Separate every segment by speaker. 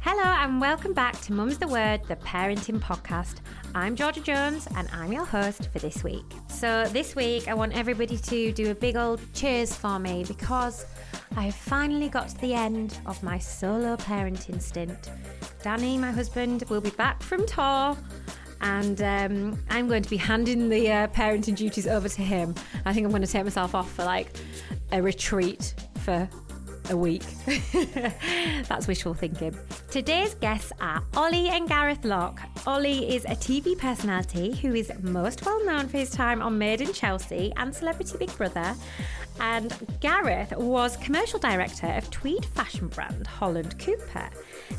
Speaker 1: Hello, and welcome back to Mum's the Word, the parenting podcast. I'm Georgia Jones, and I'm your host for this week. So, this week, I want everybody to do a big old cheers for me because I have finally got to the end of my solo parenting stint. Danny, my husband, will be back from tour. And um, I'm going to be handing the uh, parenting duties over to him. I think I'm going to take myself off for like a retreat for a week. That's wishful thinking. Today's guests are Ollie and Gareth Locke. Ollie is a TV personality who is most well known for his time on Made in Chelsea and Celebrity Big Brother. And Gareth was commercial director of tweed fashion brand Holland Cooper.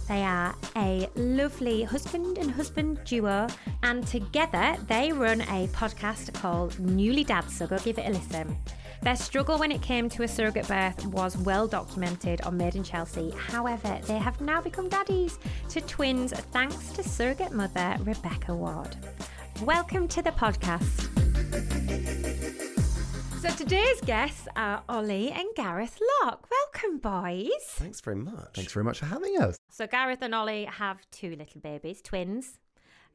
Speaker 1: They are a lovely husband and husband duo, and together they run a podcast called Newly Dad, so go give it a listen. Their struggle when it came to a surrogate birth was well documented on Made in Chelsea. However, they have now become daddies to twins thanks to surrogate mother Rebecca Ward. Welcome to the podcast. So today's guests are Ollie and Gareth Locke. Welcome, boys.
Speaker 2: Thanks very much.
Speaker 3: Thanks very much for having us.
Speaker 1: So Gareth and Ollie have two little babies, twins.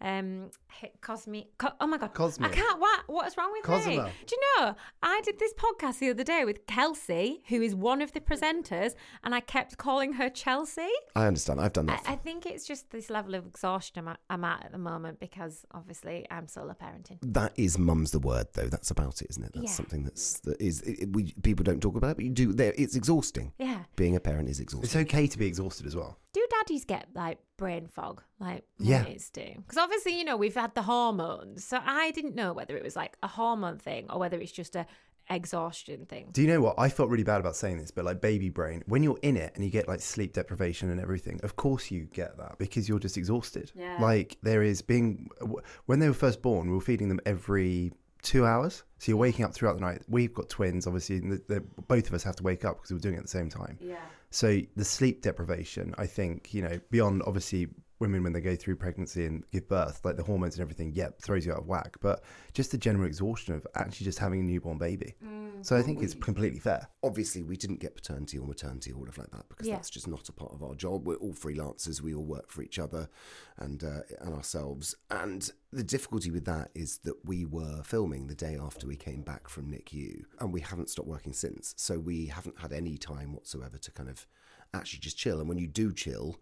Speaker 1: Um, h- cosmic. Co- oh my god,
Speaker 2: Cosmic.
Speaker 1: I can't. What? What is wrong with me?
Speaker 2: Cosmo.
Speaker 1: Do you know? I did this podcast the other day with Kelsey, who is one of the presenters, and I kept calling her Chelsea.
Speaker 2: I understand. I've done
Speaker 1: I,
Speaker 2: that.
Speaker 1: I think it's just this level of exhaustion I'm, I'm at at the moment because obviously I'm solo parenting.
Speaker 2: that is mum's the word though. That's about it, isn't it? That's
Speaker 1: Yeah.
Speaker 2: something that's that is it, it- we people don't talk about, it, but you do. There, it's exhausting.
Speaker 1: Yeah.
Speaker 2: Being a parent is
Speaker 3: It's
Speaker 2: exhausting.
Speaker 3: okay to be exhausted as well.
Speaker 1: Do daddies get like brain fog like
Speaker 3: Yeah.
Speaker 1: mummies do? Because obviously, you know, we've had the hormones. So I didn't know whether it was like a hormone thing or whether it's just a exhaustion thing.
Speaker 3: Do you know what? I felt really bad about saying this, but like baby brain, when you're in it and you get like sleep deprivation and everything, of course you get that because you're just exhausted.
Speaker 1: Yeah.
Speaker 3: Like there is being, w- when they were first born, we were feeding them every two hours. So you're waking up throughout the night. We've got twins, obviously, and the, the, both of us have to wake up because we're doing it at the same time.
Speaker 1: Yeah.
Speaker 3: So the sleep deprivation, I think, you know, beyond obviously women when they go through pregnancy and give birth, like the hormones and everything, yeah, throws you out of whack. But just the general exhaustion of actually just having a newborn baby. So I think it's completely fair.
Speaker 2: Obviously, we didn't get paternity or maternity or all of like that because
Speaker 1: Yeah.
Speaker 2: that's just not a part of our job. We're all freelancers. We all work for each other and uh, and ourselves. And the difficulty with that is that we were filming the day after we came back from NICU, and we haven't stopped working since. So we haven't had any time whatsoever to kind of actually just chill. And when you do chill,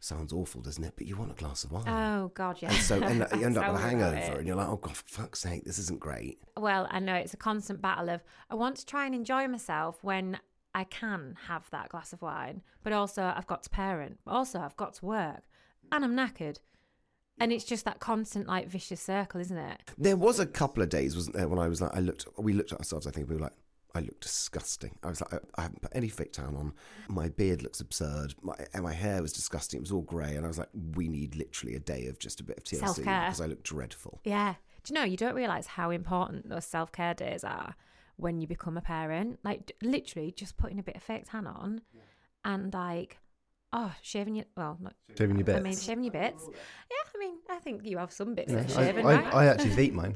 Speaker 2: sounds awful, doesn't it? But you want a glass of wine.
Speaker 1: Oh God, yeah.
Speaker 2: And so end, you end up
Speaker 1: Tell
Speaker 2: with a
Speaker 1: me about
Speaker 2: hangover,
Speaker 1: it.
Speaker 2: and you're like, oh, God, for fuck's sake, this isn't great.
Speaker 1: Well, I know it's a constant battle of I want to try and enjoy myself when I can have that glass of wine, but also I've got to parent, but also I've got to work, and I'm knackered, and it's just that constant like vicious circle, isn't it?
Speaker 2: There was a couple of days, wasn't there, when I was like, I looked, we looked at ourselves, I think we were like, I look disgusting. I was like, I, I haven't put any fake tan on. My beard looks absurd. My, and my hair was disgusting. It was all grey. And I was like, we need literally a day of just a bit of TLC
Speaker 1: Self-care.
Speaker 2: because I look dreadful.
Speaker 1: Yeah. Do you know you don't realize how important those self care days are when you become a parent? Like d- literally just putting a bit of fake tan on, and like. Oh, shaving your well, not
Speaker 3: Shaving your
Speaker 1: I mean,
Speaker 3: bits.
Speaker 1: shaving your bits. Yeah, I mean, I think you have some bits
Speaker 3: You know,
Speaker 1: that are
Speaker 3: I,
Speaker 1: shaven,
Speaker 3: I,
Speaker 1: right?
Speaker 3: I actually eat mine.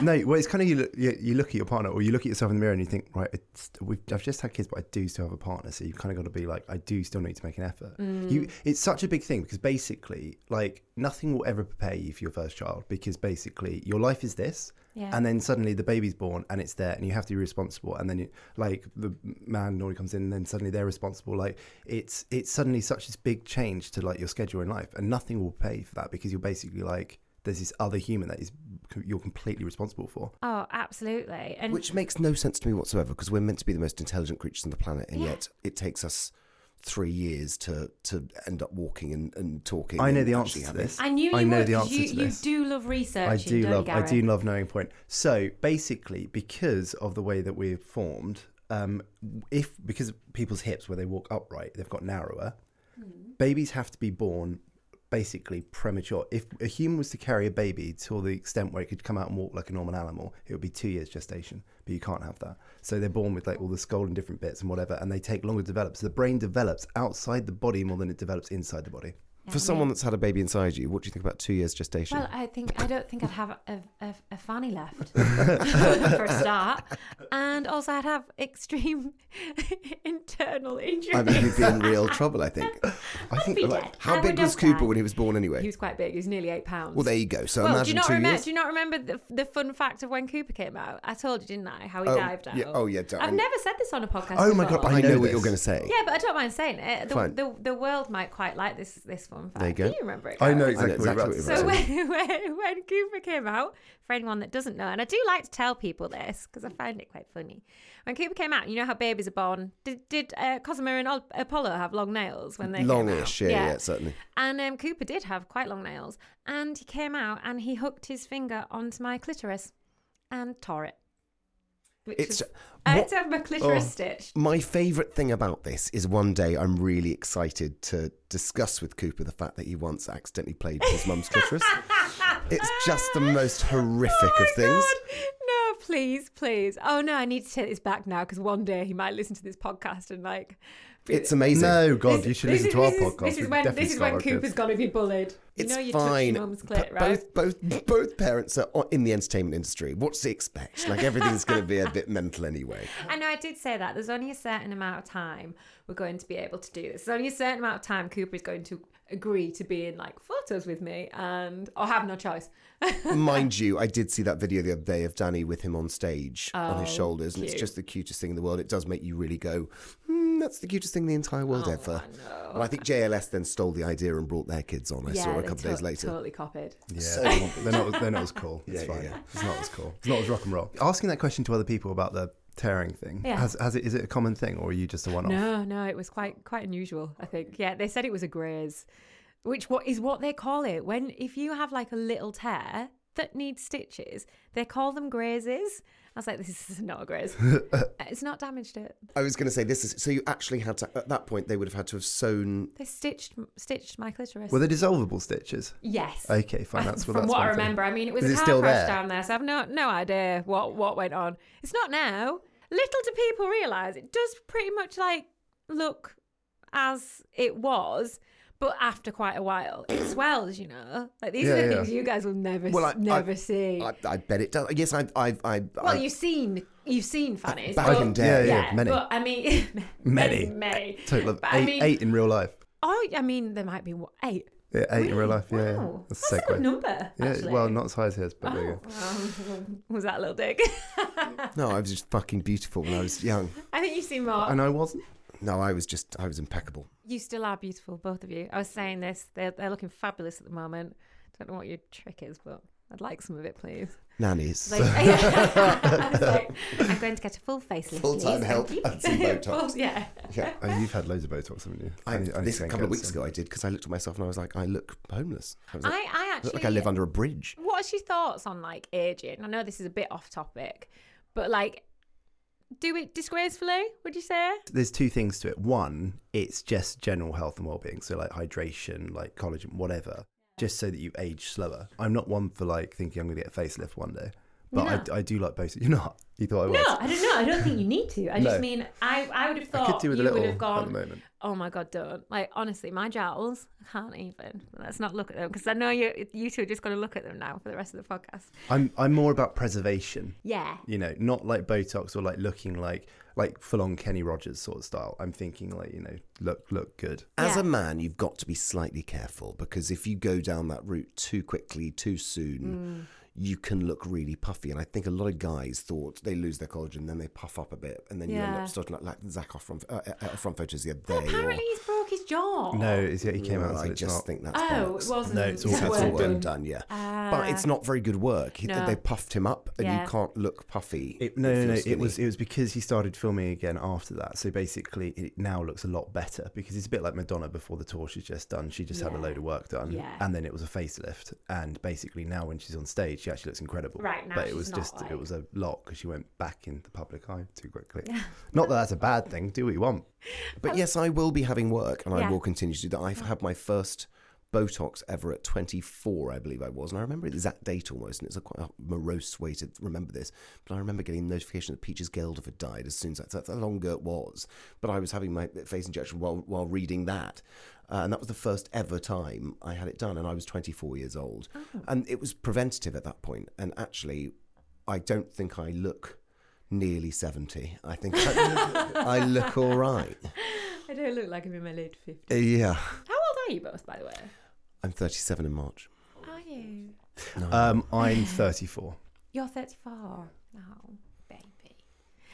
Speaker 3: no, well, it's kind of you look, you, you look at your partner or you look at yourself in the mirror and you think, right, it's, we've, I've just had kids, but I do still have a partner. So you've kind of got to be like, I do still need to make an effort. You, it's such a big thing because basically, like, nothing will ever prepare you for your first child because basically your life is this.
Speaker 1: Yeah.
Speaker 3: And then suddenly the baby's born and it's there and you have to be responsible. And then you, like the man normally comes in and then suddenly they're responsible. Like it's it's suddenly such this big change to like your schedule in life and nothing will pay for that because you're basically like there's this other human that is you're completely responsible for.
Speaker 1: Oh, absolutely. And
Speaker 2: Which makes no sense to me whatsoever because we're meant to be the most intelligent creatures on the planet, and
Speaker 1: Yeah.
Speaker 2: yet it takes us three years to to end up walking and, and talking.
Speaker 3: I know
Speaker 2: and
Speaker 3: the
Speaker 2: actually
Speaker 3: answer to
Speaker 2: having-
Speaker 3: this.
Speaker 1: I knew you
Speaker 3: I know
Speaker 1: would,
Speaker 3: the
Speaker 1: 'cause
Speaker 3: answer
Speaker 1: you,
Speaker 3: to
Speaker 1: you
Speaker 3: this.
Speaker 1: do love research.
Speaker 3: I do
Speaker 1: don't you,
Speaker 3: love I
Speaker 1: Gareth?
Speaker 3: do love knowing a point. So basically, because of the way that we're formed, um, if because people's hips where they walk upright, they've got narrower.
Speaker 1: Hmm.
Speaker 3: Babies have to be born basically premature. If a human was to carry a baby till the extent where it could come out and walk like a normal animal, it would be two years gestation. But you can't have that. So they're born with like all the skull and different bits and whatever, and they take longer to develop. So the brain develops outside the body more than it develops inside the body.
Speaker 2: For someone that's had a baby inside you, what do you think about two years gestation?
Speaker 1: Well, I think I don't think I'd have a, a, a fanny left for a start, and also I'd have extreme internal injury.
Speaker 2: I mean, you'd be in real trouble, I think. I think,
Speaker 1: be
Speaker 2: like,
Speaker 1: dead. I
Speaker 2: how
Speaker 1: would
Speaker 2: big was
Speaker 1: have
Speaker 2: Cooper
Speaker 1: died.
Speaker 2: when he was born anyway?
Speaker 1: he was quite big. He was nearly eight pounds.
Speaker 2: well, there you go. So
Speaker 1: well, do
Speaker 2: imagine
Speaker 1: you not
Speaker 2: two
Speaker 1: remember?
Speaker 2: years.
Speaker 1: Do you not remember the, the fun fact of when Cooper came out? I told you, didn't I? How he
Speaker 2: Oh,
Speaker 1: dived out.
Speaker 2: yeah. Oh, yeah, don't-
Speaker 1: I've never said this on a podcast.
Speaker 3: Oh my God,
Speaker 1: before.
Speaker 2: I know what
Speaker 3: this.
Speaker 2: you're going to say.
Speaker 1: Yeah, but I don't mind saying it. The,
Speaker 2: Fine.
Speaker 1: the, the world might quite like this this fun fact.
Speaker 2: There you go.
Speaker 1: Do you remember it?
Speaker 3: I know
Speaker 1: Gareth?
Speaker 3: exactly,
Speaker 2: exactly
Speaker 3: what
Speaker 2: what
Speaker 3: you're
Speaker 2: you're
Speaker 3: about to
Speaker 1: So
Speaker 3: say.
Speaker 1: when, when, when Cooper came out, for anyone that doesn't know, and I do like to tell people this because I find it quite funny. When Cooper came out, you know how babies are born. Did, did uh, Cosimo and Ol- Apollo have long nails when they came out?
Speaker 2: Longish, yeah, yeah, certainly.
Speaker 1: And um, Cooper did have quite long nails, and he came out and he hooked his finger onto my clitoris and tore it. Which
Speaker 2: It's-
Speaker 1: was- I had
Speaker 2: what-
Speaker 1: to have my
Speaker 3: oh,
Speaker 1: clitoris stitched.
Speaker 2: Oh, My favourite thing about this is one day I'm really excited to discuss with Cooper the fact that he once accidentally played with his mum's clitoris. It's just the most horrific
Speaker 1: Oh my
Speaker 2: of things.
Speaker 1: God. No, please, please. Oh no, I need to take this back now because one day he might listen to this podcast and like. be-
Speaker 2: It's amazing.
Speaker 3: No, God,
Speaker 1: This-
Speaker 3: you should
Speaker 1: this
Speaker 3: listen
Speaker 1: is-
Speaker 3: to our
Speaker 1: this is-
Speaker 3: podcast.
Speaker 1: This is
Speaker 3: We've
Speaker 1: when
Speaker 3: definitely
Speaker 1: this is when
Speaker 3: got our
Speaker 1: Cooper's
Speaker 3: kids.
Speaker 1: got to be bullied.
Speaker 2: It's
Speaker 1: you know you
Speaker 2: fine.
Speaker 1: touched your mum's
Speaker 2: P-
Speaker 1: clit, right?
Speaker 2: Both both both parents are o- in the entertainment industry. What's to expect? Like everything's going to be a bit mental anyway.
Speaker 1: I know I did say that. There's only a certain amount of time we're going to be able to do this. There's only a certain amount of time Cooper is going to agree to be in like photos with me and or have no choice.
Speaker 2: Mind you, I did see that video the other day of Danny with him on stage on
Speaker 1: Oh,
Speaker 2: his shoulders, and it's just the cutest thing in the world. It does make you really go, hmm, that's the cutest thing in the entire world ever. And I think JLS then stole the idea and brought their kids on. I saw it a
Speaker 1: they
Speaker 2: couple of days
Speaker 1: tot-
Speaker 2: later.
Speaker 1: Totally copied.
Speaker 3: Yeah, they're, not, they're not. They're not as cool. It's
Speaker 2: Yeah, yeah,
Speaker 3: fine.
Speaker 2: yeah.
Speaker 3: It's not as cool. It's not as rock and roll. Asking that question to other people about the tearing thing.
Speaker 1: Yeah.
Speaker 3: Has, has it? Is it a common thing, or are you just a one-off?
Speaker 1: No, no, it was quite quite unusual. I think. Yeah, they said it was a graze, which what is what they call it when if you have like a little tear that needs stitches, they call them grazes. I was like, this is not a graze. it's not damaged. It.
Speaker 2: I was going to say this is so you actually had to at that point they would have had to have sewn.
Speaker 1: They stitched stitched my clitoris.
Speaker 3: Were they dissolvable stitches?
Speaker 1: Yes.
Speaker 3: Okay, fine, that's- well,
Speaker 1: from
Speaker 3: that's
Speaker 1: what
Speaker 3: one
Speaker 1: I
Speaker 3: thing.
Speaker 1: remember. I mean, it was
Speaker 3: Is
Speaker 1: a
Speaker 3: it
Speaker 1: car
Speaker 3: still
Speaker 1: crash
Speaker 3: there?
Speaker 1: down there, so I've no no idea what what went on. It's not now. Little do people realise it does pretty much like look as it was, but after quite a while, it swells. You know, like these are
Speaker 3: Yeah,
Speaker 1: the
Speaker 3: yeah.
Speaker 1: things you guys will never
Speaker 2: Well, I
Speaker 1: s- never
Speaker 2: I,
Speaker 1: see.
Speaker 2: I, I bet it does. Yes, I, I, I.
Speaker 1: well,
Speaker 2: I,
Speaker 1: you've seen you've seen fannies.
Speaker 2: Back
Speaker 1: but-
Speaker 2: in day.
Speaker 3: Yeah, yeah, many.
Speaker 1: But I mean,
Speaker 3: Many.
Speaker 1: many.
Speaker 3: Total of
Speaker 1: But
Speaker 3: eight,
Speaker 1: I mean,
Speaker 3: eight in real life.
Speaker 1: Oh, I mean, there might be what eight.
Speaker 3: Yeah, eight in real
Speaker 1: Really?
Speaker 3: life. Yeah, yeah.
Speaker 1: Wow. That's a good number,
Speaker 3: Yeah,
Speaker 1: actually. Oh,
Speaker 3: well, not as high as his, but there you go.
Speaker 1: Um, was that a little dig?
Speaker 2: no, I was just fucking beautiful when I was young.
Speaker 1: I think you've seen more.
Speaker 3: And I wasn't.
Speaker 2: No, I was just, I was impeccable.
Speaker 1: You still are beautiful, both of you. I was saying this; they're they're looking fabulous at the moment. Don't know what your trick is, but I'd like some of it, please.
Speaker 2: Nannies.
Speaker 1: Like, I was like, I'm going to get a full facelift.
Speaker 2: Full-time
Speaker 1: please,
Speaker 2: help
Speaker 1: thank you.
Speaker 2: and some Botox.
Speaker 1: Full- yeah.
Speaker 2: yeah.
Speaker 3: Oh, you've had loads of Botox, haven't you?
Speaker 2: I,
Speaker 3: need- need
Speaker 2: this a
Speaker 3: to go and
Speaker 2: couple of
Speaker 3: get
Speaker 2: weeks
Speaker 3: some.
Speaker 2: ago, I did because I looked at myself and I was like, I look homeless. I was like,
Speaker 1: I, I
Speaker 2: "I look
Speaker 1: actually.
Speaker 2: like I live under a bridge.
Speaker 1: What's your thoughts on like aging? I know this is a bit off topic, but like, do it disgracefully? Would you say?
Speaker 3: there's two things to it. One, it's just general health and well-being, so like hydration, like collagen, whatever, just so that you age slower. I'm not one for like thinking I'm going to get a facelift one day, But
Speaker 1: No.
Speaker 3: I, I do like both. You're not. You thought I was.
Speaker 1: No, I don't know. I don't think you need to. I just
Speaker 3: No.
Speaker 1: mean, I, I would have
Speaker 3: I
Speaker 1: thought
Speaker 3: could do with
Speaker 1: you
Speaker 3: a little
Speaker 1: would have
Speaker 3: at the
Speaker 1: gone,
Speaker 3: moment.
Speaker 1: oh my God, don't. Like, honestly, my jowls, I can't even. Let's not look at them because I know you, you two are just going to look at them now for the rest of the podcast.
Speaker 3: I'm I'm more about preservation.
Speaker 1: Yeah.
Speaker 3: You know, not like Botox or like looking like like full on Kenny Rogers sort of style. I'm thinking like you know, look look good.
Speaker 2: As
Speaker 1: Yeah.
Speaker 2: a man, you've got to be slightly careful because if you go down that route too quickly, too
Speaker 1: Mm.
Speaker 2: soon, you can look really puffy. And I think a lot of guys thought they lose their collagen, then they puff up a bit, and then you end
Speaker 1: Yeah.
Speaker 2: up starting like, like Zach Efron, uh, uh, Efron photos the other
Speaker 1: Well,
Speaker 2: day.
Speaker 1: apparently he's broke his jaw.
Speaker 3: No, it's, he came
Speaker 2: Well,
Speaker 3: out. and said
Speaker 2: I
Speaker 3: it's
Speaker 2: just
Speaker 3: not.
Speaker 2: think that's
Speaker 1: Oh,
Speaker 2: bollocks.
Speaker 1: it wasn't.
Speaker 3: No, it's all-
Speaker 1: It's
Speaker 2: That's
Speaker 3: work
Speaker 2: all well
Speaker 3: done.
Speaker 2: done, yeah. but it's not very good work. He-
Speaker 1: no.
Speaker 2: They puffed him up, and
Speaker 1: Yeah.
Speaker 2: you can't look puffy.
Speaker 3: It, no,
Speaker 2: if
Speaker 3: no,
Speaker 2: you're
Speaker 3: no. It
Speaker 2: skinny.
Speaker 3: was it was because he started filming again after that. So basically, it now looks a lot better because it's a bit like Madonna before the tour she's just done. She just had a load of work done,
Speaker 1: Yeah.
Speaker 3: and then it was a facelift. And basically, now when she's on stage, she actually looks incredible.
Speaker 1: Right, now
Speaker 3: but
Speaker 1: she's
Speaker 3: it was
Speaker 1: not
Speaker 3: just
Speaker 1: like-
Speaker 3: it was a lot because she went back in the public eye too quickly. Not that that's a bad thing. Do what you want.
Speaker 2: But yes, I will be having work, and
Speaker 1: Yeah.
Speaker 2: I will continue to do that. I've had my first Botox ever at 24, I believe I was, and I remember the exact date almost, and it's a quite a morose way to remember this. But I remember getting the notification that Peaches Gelder had died as soon as that's how longer it was. But I was having my face injection while while reading that. Uh, and that was the first ever time I had it done, and I was 24 years old. And it was preventative at that point. And actually, I don't think I look nearly 70. I think I, I look all right.
Speaker 1: I don't look like I'm in my late 50s.
Speaker 2: Uh, Yeah.
Speaker 1: How old are you both, by the way?
Speaker 2: I'm 37 in March.
Speaker 1: Are you?
Speaker 3: Um, I'm 34.
Speaker 1: You're 34. Oh, baby.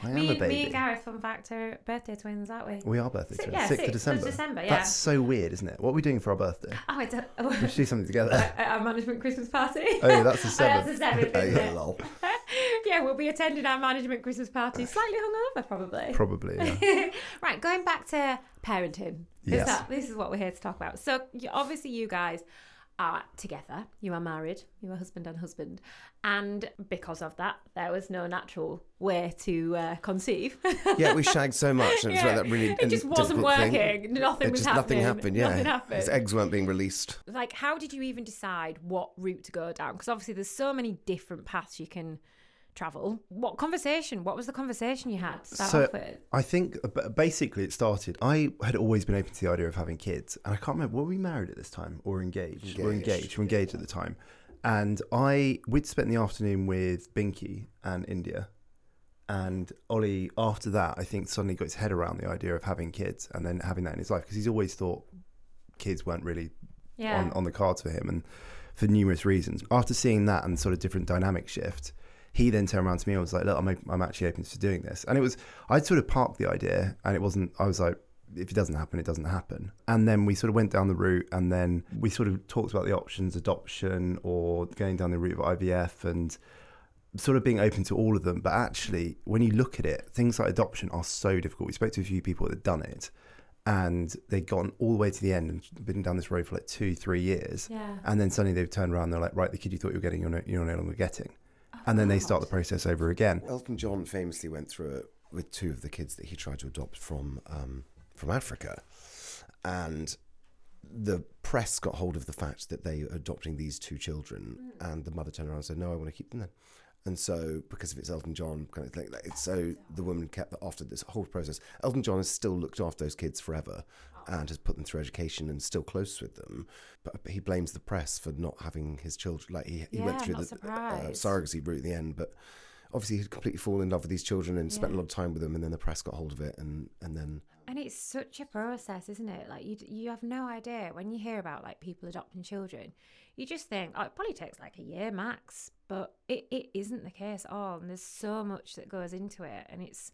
Speaker 3: I am
Speaker 1: me,
Speaker 3: a baby.
Speaker 1: me and Gareth, fun fact, are birthday twins, aren't we?
Speaker 3: we are birthday
Speaker 1: Si-
Speaker 3: twins.
Speaker 1: yeah,
Speaker 3: 6th of
Speaker 1: 6th of
Speaker 3: December.
Speaker 1: December, yeah.
Speaker 3: That's so weird, isn't it? What are we doing for our birthday?
Speaker 1: Oh, it's a,
Speaker 3: We should do something together.
Speaker 1: a, a management Christmas party.
Speaker 3: Oh, yeah, that's the
Speaker 1: Oh, that's the
Speaker 3: seventh.
Speaker 1: seventh,
Speaker 2: Oh,
Speaker 1: isn't
Speaker 2: yeah,
Speaker 1: it?
Speaker 2: lol.
Speaker 1: yeah, we'll be attending our management Christmas party, slightly hungover, probably.
Speaker 3: Probably. Yeah.
Speaker 1: right, going back to parenting. Is
Speaker 3: Yes.
Speaker 1: that- this is what we're here to talk about. So, you- obviously, you guys are together. You are married. You are husband and husband. And because of that, there was no natural way to uh, conceive.
Speaker 2: Yeah, we shagged so much. And it was like that really
Speaker 1: it just wasn't
Speaker 2: difficult thing.
Speaker 1: working. Nothing
Speaker 2: It
Speaker 1: was
Speaker 2: just
Speaker 1: happening.
Speaker 2: nothing happened. Yeah,
Speaker 1: Nothing happened.
Speaker 2: his eggs weren't being released.
Speaker 1: like, how did you even decide what route to go down? Because obviously, there's so many different paths you can travel. What conversation? What was the conversation you had to start off with?
Speaker 3: I think uh, b- basically it started. I had always been open to the idea of having kids, and I can't remember were we married at this time or engaged? We're engaged. We're engaged at the time, and I we'd spent the afternoon with Binky and India, and Ollie. After that, I think suddenly got his head around the idea of having kids and then having that in his life because he's always thought kids weren't really
Speaker 1: Yeah.
Speaker 3: on, on the cards for him and for numerous reasons. After seeing that and sort of different dynamic shift, he then turned around to me and was like, look, I'm, op- I'm actually open to doing this. And it was, I'd sort of parked the idea and it wasn't, I was like, if it doesn't happen, it doesn't happen. And then we sort of went down the route and then we sort of talked about the options, adoption or going down the route of IVF and sort of being open to all of them. But actually, when you look at it, things like adoption are so difficult. We spoke to a few people that had done it and they'd gone all the way to the end and been down this road for like two, three years.
Speaker 1: Yeah.
Speaker 3: And then suddenly they've turned around and they're like, right, the kid you thought you were getting, you're no, you're no longer getting. and then they start the process over again.
Speaker 2: Elton John famously went through it with two of the kids that he tried to adopt from um, from Africa, and the press got hold of the fact that they were adopting these two children,
Speaker 1: Mm.
Speaker 2: and the mother turned around and said, "No, I want to keep them then." And so, because if it's Elton John, kind of thing, like, it's so the woman kept that after this whole process. Elton John has still looked after those kids forever,
Speaker 1: Ah.
Speaker 2: and has put them through education and still close with them. But he blames the press for not having his children. Like he, he
Speaker 1: Yeah,
Speaker 2: went
Speaker 1: I'm
Speaker 2: through
Speaker 1: not
Speaker 2: the uh,
Speaker 1: surprised.
Speaker 2: surrogacy route at the end, but obviously he'd completely fallen in love with these children and spent a lot of time with them, and then the press got hold of it, and and then
Speaker 1: And it's such a process, isn't it? Like you, d- you have no idea when you hear about like people adopting children. You just think, oh, it probably takes like a year max, but it, it isn't the case at all. And there's so much that goes into it, and it's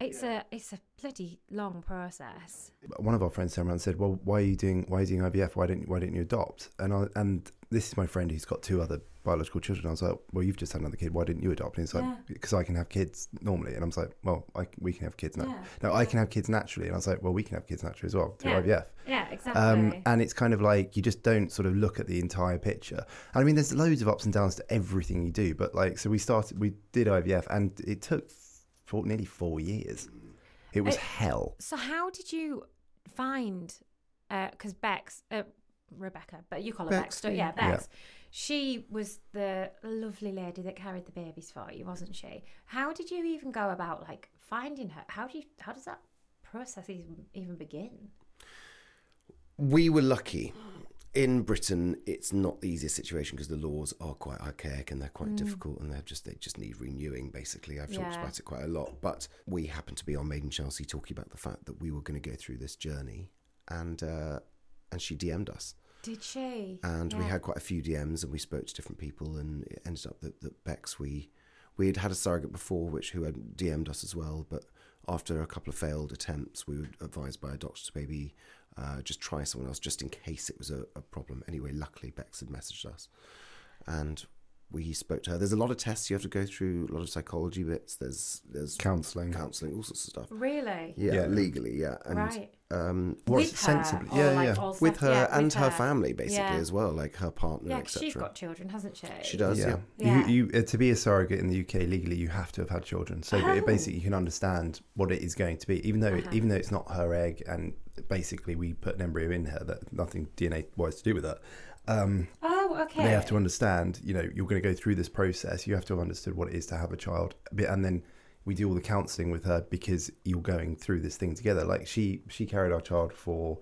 Speaker 1: it's a it's a bloody long process.
Speaker 3: one of our friends turned around and said, "Well, why are you doing why are you doing IVF? Why didn't why didn't you adopt?" And I, and this is my friend who's got two other biological children. I was like, "Well, you've just had another kid. Why didn't you adopt?" And it's
Speaker 1: Yeah.
Speaker 3: like, "Because I can have kids normally." And I was like, "Well, I, we can have kids now.
Speaker 1: Yeah.
Speaker 3: No, I can have kids naturally." And I was like, "Well, we can have kids naturally as well through
Speaker 1: Yeah.
Speaker 3: IVF."
Speaker 1: Yeah, exactly.
Speaker 3: Um, and it's kind of like you just don't sort of look at the entire picture. And I mean, there's loads of ups and downs to everything you do, but like, so we started, we did IVF, and it took four, nearly four years. It was
Speaker 1: I-
Speaker 3: hell.
Speaker 1: so how did you find? Because Bex, uh, Rebecca, but you call her
Speaker 2: Bex,
Speaker 1: Bex, don't
Speaker 2: do
Speaker 1: you?
Speaker 2: you?
Speaker 1: Yeah,
Speaker 3: Yeah.
Speaker 1: Bex. She was the lovely lady that carried the babies for you, wasn't she? How did you even go about like finding her? How do you? How does that process even even begin?
Speaker 2: We were lucky. In Britain, it's not the easiest situation because the laws are quite archaic and they're quite difficult and they're just they just need renewing. Basically, I've talked
Speaker 1: Yeah.
Speaker 2: about it quite a lot, but we happened to be on Made in Chelsea talking about the fact that we were going to go through this journey, and uh, and she DM'd us.
Speaker 1: Did she?
Speaker 2: and we
Speaker 1: Yeah.
Speaker 2: had quite a few DMs, and we spoke to different people, and it ended up that, that Bex we we had had a surrogate before, which who had DM'd us as well, but after a couple of failed attempts, we were advised by a doctor to maybe uh, just try someone else, just in case it was a, a problem. Anyway, luckily Bex had messaged us, and we spoke to her. There's a lot of tests you have to go through, a lot of psychology bits. There's there's
Speaker 3: Counselling.
Speaker 2: counseling, all sorts of stuff.
Speaker 1: Really?
Speaker 2: Yeah,
Speaker 3: Yeah.
Speaker 2: legally, yeah, and
Speaker 1: Right.
Speaker 2: um,
Speaker 1: With
Speaker 3: Works
Speaker 1: her,
Speaker 3: sensibly.
Speaker 1: or,
Speaker 3: yeah,
Speaker 1: like,
Speaker 3: yeah.
Speaker 1: all
Speaker 2: with
Speaker 1: separate-
Speaker 2: her
Speaker 1: yeah,
Speaker 2: and
Speaker 1: with
Speaker 2: her, family basically
Speaker 1: Yeah.
Speaker 2: as well, like her partner,
Speaker 1: Yeah, 'cause
Speaker 2: etc.
Speaker 1: she's got children, hasn't she?
Speaker 2: She does, yeah.
Speaker 3: Yeah.
Speaker 1: Yeah.
Speaker 3: You, you, uh, to be a surrogate in the UK legally, you have to have had children. So that it basically, you can understand what it is going to be, even though it, even though it's not her egg, and basically we put an embryo in her that nothing DNA wise to do with it. Um,
Speaker 1: Oh, okay.
Speaker 3: They have to understand, you know, you're going to go through this process. You have to have understood what it is to have a child, But- and then we do all the counselling with her because you're going through this thing together. Like she, she carried our child for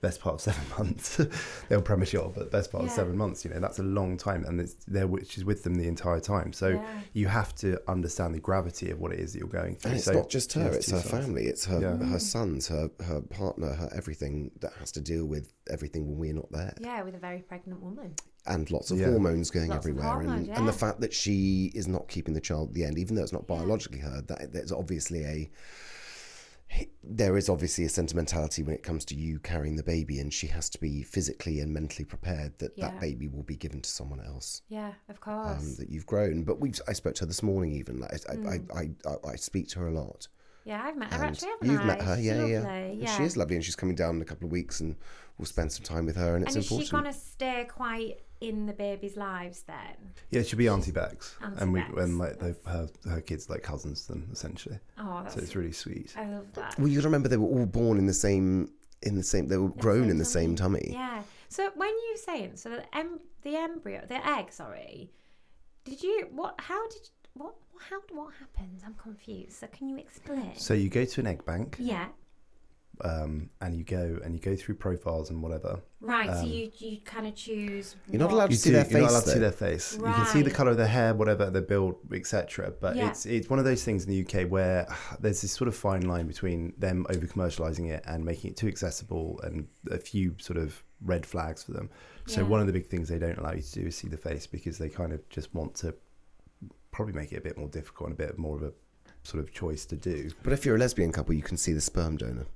Speaker 3: best part of seven months. They'll premature, but best part of
Speaker 1: Yeah.
Speaker 3: seven months. You know, that's a long time, and it's there, which is with them the entire time. So
Speaker 1: Yeah.
Speaker 3: you have to understand the gravity of what it is that you're going through.
Speaker 2: And it's
Speaker 3: so
Speaker 2: not just her;
Speaker 3: there's
Speaker 2: it's
Speaker 3: two
Speaker 2: her
Speaker 3: sides.
Speaker 2: family, it's her
Speaker 3: Yeah.
Speaker 2: her sons, her her partner, her everything that has to deal with everything when we're not there,
Speaker 1: Yeah, with a very pregnant woman.
Speaker 2: and lots of
Speaker 3: Yeah.
Speaker 2: hormones going
Speaker 1: Lots of
Speaker 2: everywhere, and,
Speaker 1: hormones,
Speaker 2: and the
Speaker 1: yeah.
Speaker 2: fact that she is not keeping the child at the end, even though it's not biologically her, that there's obviously a there is obviously a sentimentality when it comes to you carrying the baby, and she has to be physically and mentally prepared that
Speaker 1: Yeah.
Speaker 2: that baby will be given to someone else.
Speaker 1: Yeah, of course.
Speaker 2: um, that you've grown. But we've I spoke to her this morning even. Like, I,
Speaker 1: Mm.
Speaker 2: I, I, I, I speak to her a lot.
Speaker 1: yeah, I've met her
Speaker 2: And
Speaker 1: actually. Haven't
Speaker 2: you've
Speaker 1: I?
Speaker 2: met her,
Speaker 1: She's
Speaker 2: yeah,
Speaker 1: lovely.
Speaker 2: yeah.
Speaker 1: yeah.
Speaker 2: She is lovely, and she's coming down in a couple of weeks, and we'll spend some time with her. And it's
Speaker 1: And is
Speaker 2: important.
Speaker 1: she gonna stay quite in the babies' lives then?
Speaker 3: Yeah, she'd be Auntie Bex,
Speaker 1: Auntie
Speaker 3: and we
Speaker 1: Bex.
Speaker 3: and like the, her her kids like cousins to them essentially.
Speaker 1: Oh,
Speaker 3: So
Speaker 1: that's,
Speaker 3: it's really sweet.
Speaker 1: I love that.
Speaker 2: Well, you got to remember they were all born in the same in the same. They were grown in the same tummy.
Speaker 1: Yeah. So when you were saying so the em- the embryo, the egg, sorry, did you what? How did what? How what happens? I'm confused. So can you explain?
Speaker 3: So you go to an egg bank.
Speaker 1: yeah.
Speaker 3: um, and you go and you go through profiles and whatever.
Speaker 1: Right. so you you kind of choose.
Speaker 2: um, You're not
Speaker 1: what-
Speaker 2: allowed
Speaker 3: You
Speaker 2: to see
Speaker 3: do-
Speaker 2: their
Speaker 3: You're not
Speaker 2: face,
Speaker 3: allowed to see
Speaker 2: though.
Speaker 3: their face. You can see the
Speaker 1: Right.
Speaker 3: color of their hair, whatever their build, etc. But
Speaker 1: Yeah.
Speaker 3: it's it's one of those things in the UK where ah, there's this sort of fine line between them over commercializing it and making it too accessible, and a few sort of red flags for them. So
Speaker 1: Yeah.
Speaker 3: one of the big things they don't allow you to do is see the face because they kind of just want to probably make it a bit more difficult and a bit more of a sort of choice to do.
Speaker 2: But if you're a lesbian couple, you can see the sperm donor.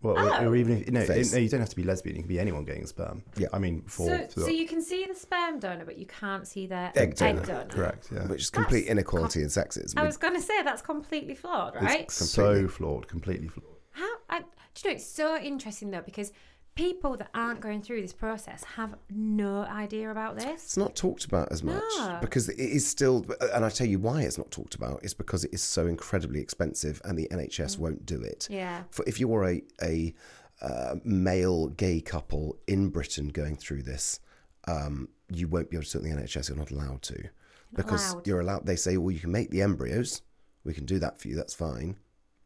Speaker 3: Well, or-
Speaker 1: Oh.
Speaker 3: or even if no,
Speaker 2: Face.
Speaker 3: no, you don't have to be lesbian. You can be anyone getting sperm.
Speaker 2: Yeah.
Speaker 3: I mean, for
Speaker 1: So,
Speaker 3: for
Speaker 1: so
Speaker 3: the-
Speaker 1: you can see the sperm donor, but you can't see their
Speaker 2: Egg donor.
Speaker 3: correct, yeah.
Speaker 2: Which is complete inequality in sexism.
Speaker 1: I was going to say that's completely flawed, right?
Speaker 3: It's
Speaker 2: Completely.
Speaker 3: so flawed, completely flawed.
Speaker 1: How I, do you know? It's so interesting though because people that aren't going through this process have no idea about this.
Speaker 2: It's not talked about as much
Speaker 1: No.
Speaker 2: because it is still, and I tell you why it's not talked about is because it is so incredibly expensive, and the NHS won't do it.
Speaker 1: Mm. Yeah.
Speaker 2: For if you were a a uh, male gay couple in Britain going through this, um, you won't be able to do it in the NHS. You're not allowed to because
Speaker 1: allowed.
Speaker 2: you're allowed. They say, well, you can make the embryos. We can do that for you. That's fine.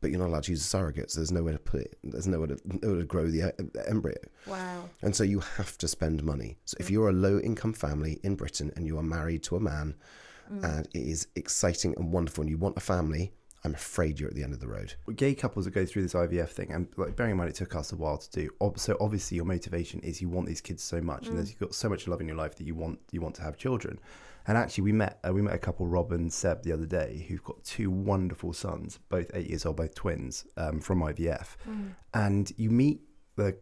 Speaker 2: But you're not allowed to use a surrogate, so there's nowhere to put it. There's nowhere to, nowhere to grow the, uh, the embryo.
Speaker 1: Wow.
Speaker 2: And so you have to spend money. So if you're a low income family in Britain and you are married to a man
Speaker 1: Mm.
Speaker 2: and it is exciting and wonderful and you want a family, I'm afraid you're at the end of the road.
Speaker 3: Gay couples that go through this IVF thing, and like bearing in mind it took us a while to do. Ob- So obviously your motivation is you want these kids so much, and there's, you've got so much love in your life that you want you want to have children. And actually, we met uh, we met a couple, Rob and Seb, the other day, who've got two wonderful sons, both eight years old, both twins, um, from IVF. And you meet the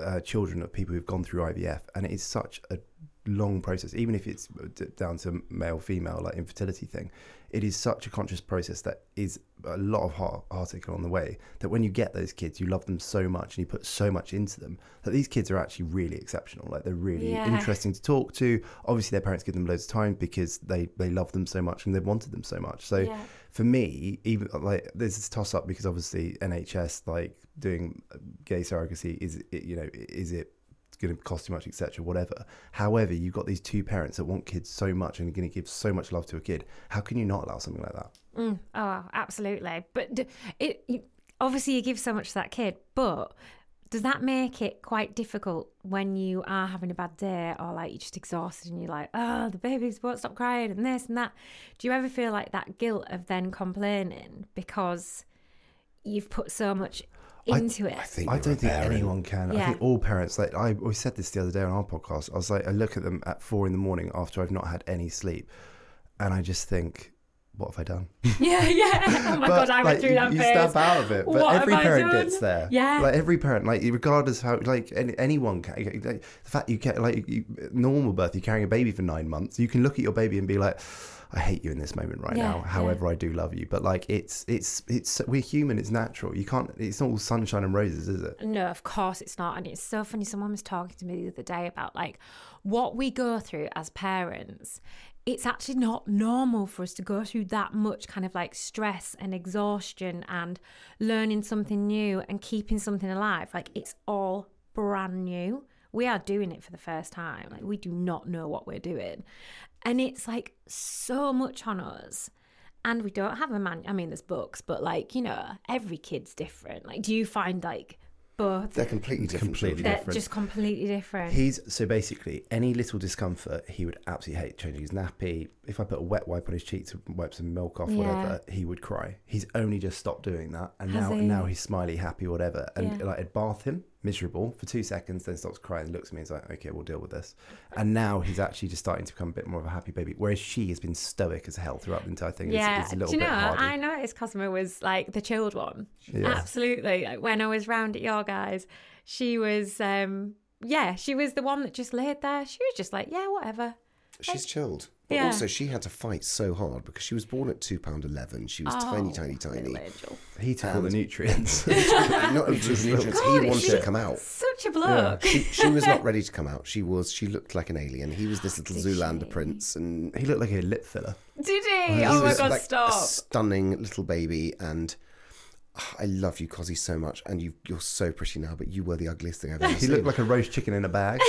Speaker 3: uh, children of people who've gone through IVF, and it is such a long process. Even if it's d- down to male female like infertility thing, it is such a conscious process that is a lot of heart heartache along the way. That when you get those kids, you love them so much and you put so much into them that these kids are actually really exceptional. Like they're really
Speaker 1: Yeah.
Speaker 3: interesting to talk to. Obviously, their parents give them loads of time because they they love them so much and they wanted them so much. So
Speaker 1: Yeah.
Speaker 3: for me, even like there's this toss up because obviously NHS like doing gay surrogacy is it, you know is it going to cost too much, etc., whatever. However, you've got these two parents that want kids so much and are going to give so much love to a kid. How can you not allow something like that?
Speaker 1: Oh, absolutely. But d- it, you, obviously, you give so much to that kid, but does that make it quite difficult when you are having a bad day or like you're just exhausted and you're like, oh, the babies won't stop crying and this and that? Do you ever feel like that guilt of then complaining because you've put so much
Speaker 3: I-
Speaker 1: into it?
Speaker 2: I think
Speaker 3: I
Speaker 2: you're a
Speaker 3: don't think
Speaker 2: parent.
Speaker 3: anyone can. I
Speaker 1: Yeah.
Speaker 3: think all parents, like I always said this the other day on our podcast, I was like, I look at them at four in the morning after I've not had any sleep, and I just think, what have I done?
Speaker 1: yeah, yeah. Oh my
Speaker 3: But,
Speaker 1: God, I went
Speaker 3: like,
Speaker 1: through that
Speaker 3: You
Speaker 1: phase.
Speaker 3: step out of it, but
Speaker 1: What
Speaker 3: every
Speaker 1: have I
Speaker 3: parent
Speaker 1: done?
Speaker 3: gets there.
Speaker 1: Yeah.
Speaker 3: like every parent, like regardless how, like any, anyone, ca- like, the fact you get like you, normal birth, you're carrying a baby for nine months, you can look at your baby and be like. I hate you in this moment right
Speaker 1: Yeah,
Speaker 3: now. However, I do love you. But like, it's it's it's we're human. It's natural. You can't. It's not all sunshine and roses, is it?
Speaker 1: No, of course it's not. And it's so funny. Someone was talking to me the other day about like what we go through as parents. It's actually not normal for us to go through that much kind of like stress and exhaustion and learning something new and keeping something alive. Like it's all brand new. We are doing it for the first time. Like we do not know what we're doing. And it's like so much on us and we don't have a man i mean there's books but like you know every kid's different like do you find like both
Speaker 2: They're completely different.
Speaker 3: Completely
Speaker 2: children.
Speaker 1: they're
Speaker 3: different.
Speaker 1: just completely different
Speaker 3: He's so basically any little discomfort he would absolutely hate changing his nappy. If I put a wet wipe on his cheek to wipe some milk off,
Speaker 1: Yeah.
Speaker 3: whatever, he would cry. He's only just stopped doing that, and
Speaker 1: Has
Speaker 3: now
Speaker 1: he?
Speaker 3: now he's smiley, happy, whatever. And
Speaker 1: Yeah.
Speaker 3: like I'd bath him miserable for two seconds, then stops crying, looks at me, and is like, "Okay, we'll deal with this." And now he's actually just starting to become a bit more of a happy baby. Whereas she has been stoic as hell throughout the entire thing. and it's-
Speaker 1: yeah
Speaker 3: it's, a little
Speaker 1: do you
Speaker 3: bit
Speaker 1: know
Speaker 3: hardy.
Speaker 1: i noticed cosmo was like the chilled one
Speaker 3: Yeah.
Speaker 1: absolutely like when i was round at your guys she was um yeah she was the one that just laid there she was just like yeah whatever
Speaker 2: She's chilled. But
Speaker 1: Yeah.
Speaker 2: also, she had to fight so hard because she was born at two pound eleven. She was
Speaker 1: Oh,
Speaker 2: tiny, tiny, tiny.
Speaker 1: little angel.
Speaker 3: He took all the nutrients.
Speaker 2: Not only was nutrients, he
Speaker 1: God,
Speaker 2: wanted
Speaker 1: she-
Speaker 2: to come out.
Speaker 1: such a bloke
Speaker 2: She, she was not ready to come out. She was. She looked like an alien. He was this little
Speaker 1: did
Speaker 2: Zoolander
Speaker 1: she?
Speaker 2: prince, and
Speaker 3: he looked like a lip filler.
Speaker 1: did he
Speaker 2: he
Speaker 1: oh my
Speaker 2: was
Speaker 1: god
Speaker 2: like
Speaker 1: stop
Speaker 2: a stunning little baby. And ah, I love you, Cosy, so much. And you, you're so pretty now, but you were the ugliest thing I've ever
Speaker 3: He
Speaker 2: seen.
Speaker 3: looked like a roast chicken in a bag.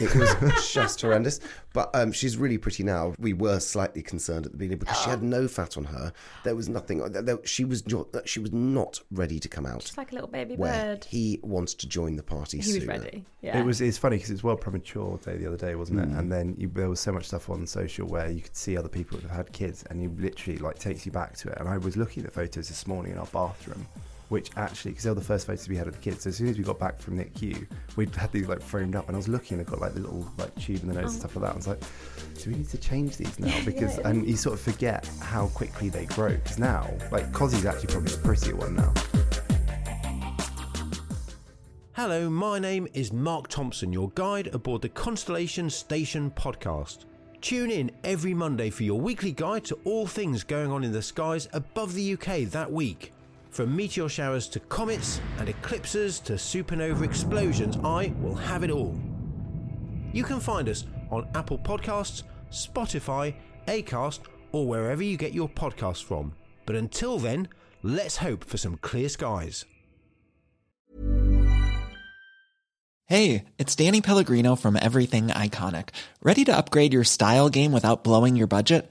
Speaker 2: It was just horrendous. But um, she's really pretty now. We were slightly concerned at the beginning because she had no fat on her. There was nothing. there- there- she was not, uh, she was not ready to come out.
Speaker 1: just like a little baby
Speaker 2: Where
Speaker 1: bird
Speaker 2: he wants to join the party
Speaker 1: he was
Speaker 2: sooner.
Speaker 1: ready yeah
Speaker 3: It was it's funny because it's World Premature Day the other day, wasn't
Speaker 2: Mm.
Speaker 3: it? And then you, there was so much stuff on social where you could see other people that have had kids, and you literally like takes you back to it. And I was looking at the photos this morning in our bathroom, which actually because they were the first photos we had of the kids. So as soon as we got back from NICU, we'd had these like framed up, and I was looking, and I got like the little like tube in the nose and stuff like that. I was like, do we need to change these now? Because and you sort of forget how quickly they grow. Because now, like Cosie's actually probably the prettier one now.
Speaker 4: Hello, my name is Mark Thompson, your guide aboard the Constellation Station podcast. Tune in every Monday for your weekly guide to all things going on in the skies above the UK that week. From meteor showers to comets and eclipses to supernova explosions, I will have it all. You can find us on Apple Podcasts, Spotify, Acast, or wherever you get your podcasts from. But until then, let's hope for some clear skies.
Speaker 5: Hey, it's Danny Pellegrino from Everything Iconic. Ready to upgrade your style game without blowing your budget?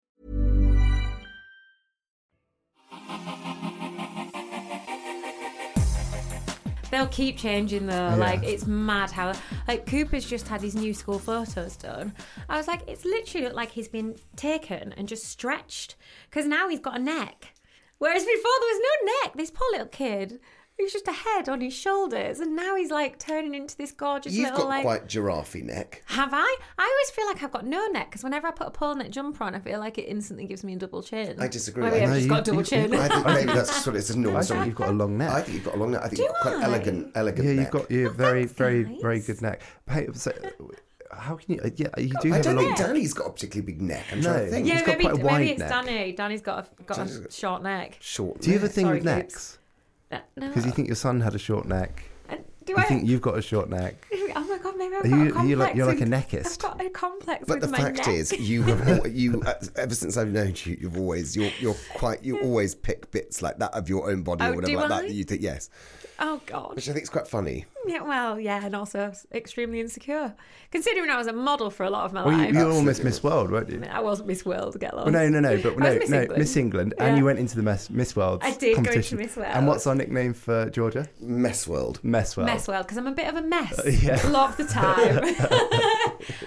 Speaker 1: They'll keep changing though.
Speaker 3: Yeah.
Speaker 1: Like it's mad how like Cooper's just had his new school photos done. I was like, it's literally looked like he's been taken and just stretched because now he's got a neck, whereas before there was no neck. This poor little kid, he was just a head on his shoulders, and now he's like turning into this gorgeous
Speaker 2: You've
Speaker 1: little
Speaker 2: got
Speaker 1: like.
Speaker 2: quite giraffe neck.
Speaker 1: Have I? I always feel like I've got no neck because whenever I put a pole neck jumper on, I feel like it instantly gives me a double chin.
Speaker 2: I disagree.
Speaker 1: Maybe
Speaker 2: I
Speaker 1: I've
Speaker 2: know
Speaker 1: just
Speaker 3: you-
Speaker 1: got a double
Speaker 3: you-
Speaker 1: chin.
Speaker 2: I think maybe that's what it's a norm.
Speaker 3: I
Speaker 2: sorry.
Speaker 3: think you've got a long neck.
Speaker 2: I think you've got a long neck. I think
Speaker 1: Do
Speaker 2: you've got quite
Speaker 1: I?
Speaker 2: elegant, elegant
Speaker 3: yeah,
Speaker 2: neck.
Speaker 3: you've got you have very,
Speaker 1: that's
Speaker 3: very,
Speaker 1: nice.
Speaker 3: very good neck. Hey, so, how can you? Yeah, you do
Speaker 2: I
Speaker 3: have a
Speaker 2: don't
Speaker 3: long.
Speaker 2: think Danny's got a particularly big neck. I'm trying to
Speaker 3: No.
Speaker 2: think.
Speaker 1: yeah,
Speaker 3: He's got
Speaker 1: maybe,
Speaker 3: quite a wide
Speaker 1: maybe it's
Speaker 3: neck.
Speaker 1: Danny. Danny's got a got a short neck.
Speaker 2: Short.
Speaker 3: Do you ever
Speaker 2: neck.
Speaker 3: think with
Speaker 1: Sorry,
Speaker 3: necks?
Speaker 1: No,
Speaker 3: Because you think your son had a short neck.
Speaker 1: And do
Speaker 3: You
Speaker 1: I?
Speaker 3: think you've got a short neck.
Speaker 1: oh my god, maybe I've got
Speaker 3: Are
Speaker 1: a
Speaker 3: you-
Speaker 1: complex.
Speaker 3: you're like- you're like a
Speaker 1: with-
Speaker 3: neckist.
Speaker 1: I've got a complex with
Speaker 2: But the
Speaker 1: my
Speaker 2: fact
Speaker 1: neck.
Speaker 2: is, you have al- you uh, ever since I've known you, you've always you're you're quite you always pick bits like that of your own body
Speaker 1: Oh,
Speaker 2: or whatever
Speaker 1: do
Speaker 2: like that.
Speaker 1: I?
Speaker 2: that You think yes,
Speaker 1: oh god.
Speaker 2: which I think is quite funny.
Speaker 1: Yeah, well, yeah, and also extremely insecure. Considering I was a model for a lot of my
Speaker 3: Well,
Speaker 1: life,
Speaker 3: you, you're almost Miss World, weren't you?
Speaker 1: I wasn't Oh, Miss World. Get lost.
Speaker 3: Well, no, no, no, but
Speaker 1: I
Speaker 3: no,
Speaker 1: was Miss
Speaker 3: no,
Speaker 1: England.
Speaker 3: Miss England, and
Speaker 1: Yeah.
Speaker 3: you went into the Mess, Miss World.
Speaker 1: I did go into
Speaker 3: competition.
Speaker 1: Miss
Speaker 3: And
Speaker 1: World.
Speaker 3: what's our nickname for Georgia?
Speaker 2: Mess world.
Speaker 3: Mess World.
Speaker 1: Mess world because I'm a bit of a mess
Speaker 3: Uh, yeah.
Speaker 1: a lot of the time.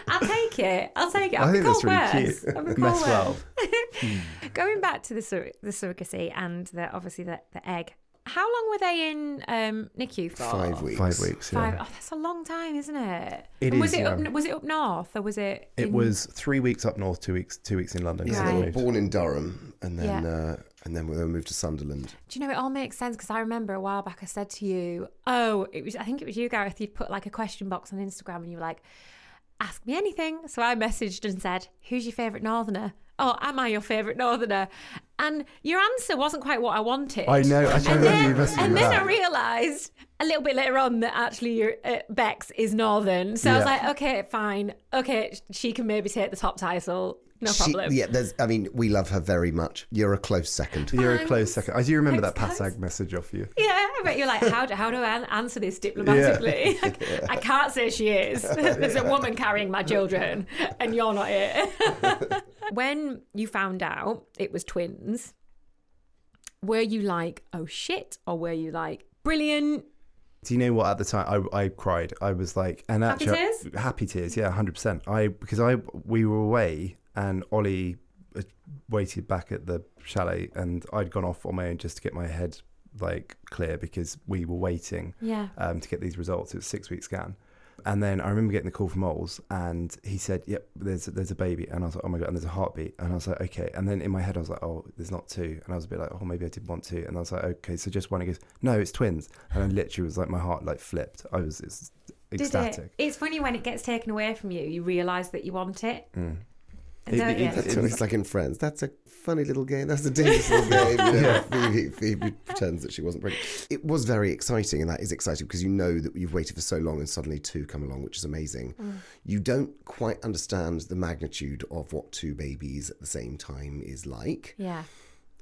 Speaker 1: I'll take it. I'll take it.
Speaker 3: I
Speaker 1: I'll
Speaker 3: think that's really
Speaker 1: worse. I'll
Speaker 3: cute.
Speaker 1: be
Speaker 3: Mess
Speaker 1: called worse.
Speaker 3: World.
Speaker 1: Going back to the sur- the surrogacy and the obviously the, the egg. How long were they in um, NICU for?
Speaker 2: Five weeks.
Speaker 3: Five weeks. Yeah.
Speaker 1: Five. Oh, that's a long time, isn't it?
Speaker 3: It
Speaker 1: And was
Speaker 3: is,
Speaker 1: it up,
Speaker 3: yeah.
Speaker 1: was it up north or was it?
Speaker 3: It
Speaker 1: in-
Speaker 3: was three weeks up north, two weeks, two weeks in London.
Speaker 2: Yeah,
Speaker 3: so
Speaker 2: they
Speaker 3: they
Speaker 2: were
Speaker 1: Right.
Speaker 3: moved.
Speaker 2: born in Durham, and then
Speaker 1: Yeah.
Speaker 2: uh, and then we were moved to Sunderland.
Speaker 1: Do you know it all makes sense? Because I remember a while back I said to you, "Oh, it was." I think it was you, Gareth. You'd put like a question box on Instagram, and you were like, "Ask me anything." So I messaged and said, "Who's your favourite Northerner?" Oh, am I your favourite Northerner? And your answer wasn't quite what I wanted.
Speaker 3: I know. I
Speaker 1: And
Speaker 3: remember
Speaker 1: then,
Speaker 3: you messaging
Speaker 1: and
Speaker 3: me
Speaker 1: then
Speaker 3: that.
Speaker 1: I realised a little bit later on that actually your uh, Bex is Northern. So I was
Speaker 3: Yeah.
Speaker 1: like, okay, fine. Okay, she can maybe take the top title. No
Speaker 2: She-
Speaker 1: problem.
Speaker 2: yeah, there's. I mean, we love her very much. You're a close second.
Speaker 3: You're a close second. I do remember that
Speaker 1: Thanks, guys.
Speaker 3: Passag message off you.
Speaker 1: Yeah, I bet you're like, how do, how do I an- answer this diplomatically? Like, I can't say she is. There's a woman carrying my children, and you're not it. when you found out it was twins, were you like, oh shit, or were you like, brilliant?
Speaker 3: Do you know what? At the time, I, I cried. I was like, and
Speaker 1: Happy
Speaker 3: actually,
Speaker 1: tears?
Speaker 3: happy tears. Yeah, hundred percent. I because I we were away and Ollie uh, waited back at the chalet, and I'd gone off on my own just to get my head like clear because we were waiting
Speaker 1: Yeah.
Speaker 3: um, to get these results. It was a six week scan. And then I remember getting the call from Oles and he said, Yep, there's there's a baby. And I was like, Oh my God, and there's a heartbeat. And I was like, Okay. And then in my head, I was like, Oh, there's not two. And I was a bit like, Oh, maybe I did want two. And I was like, Okay, so just one. He goes, No, it's twins. And I literally was like, My heart like flipped. I was it's
Speaker 1: Did it?
Speaker 3: ecstatic.
Speaker 1: It's funny when it gets taken away from you, you realise that you want it. And
Speaker 3: Hmm. It-
Speaker 1: don't
Speaker 3: it-
Speaker 1: you?
Speaker 2: That's what it's like in Friends. That's a funny little game. That's a dangerous little game. You know, Phoebe, Phoebe pretends that she wasn't pregnant. It was very exciting, and that is exciting because you know that you've waited for so long, and suddenly two come along, which is amazing. You don't quite understand the magnitude of what two babies at the same time is like.
Speaker 1: yeah.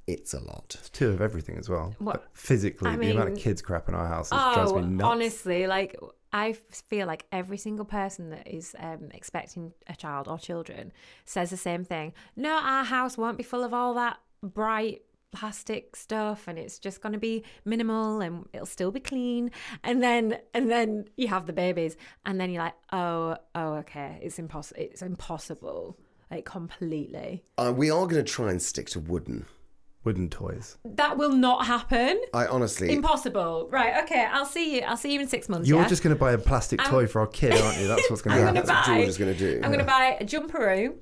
Speaker 2: It's a lot.
Speaker 3: It's two of everything as well.
Speaker 1: What-
Speaker 3: But physically,
Speaker 1: I
Speaker 3: the amount
Speaker 1: mean-
Speaker 3: of kids crap in our house is drives
Speaker 1: Oh,
Speaker 3: me nuts.
Speaker 1: honestly, like I feel like every single person that is um, expecting a child or children says the same thing. No, our house won't be full of all that bright plastic stuff and it's just going to be minimal and it'll still be clean and then and then you have the babies and then you're like oh oh okay it's impossible it's impossible like completely
Speaker 2: Uh, we are going to try and stick to wooden.
Speaker 3: Wooden toys.
Speaker 1: that will not happen
Speaker 2: I honestly.
Speaker 1: impossible right okay i'll see you i'll see you in 6 months
Speaker 3: You're
Speaker 1: yeah?
Speaker 3: just going to buy a plastic
Speaker 1: I'm-
Speaker 3: toy for our kid, aren't you? That's what's going to
Speaker 1: I'm
Speaker 3: happen.
Speaker 1: gonna
Speaker 2: That's
Speaker 1: buy.
Speaker 2: what George is going to do.
Speaker 1: I'm going to buy a jumperoo,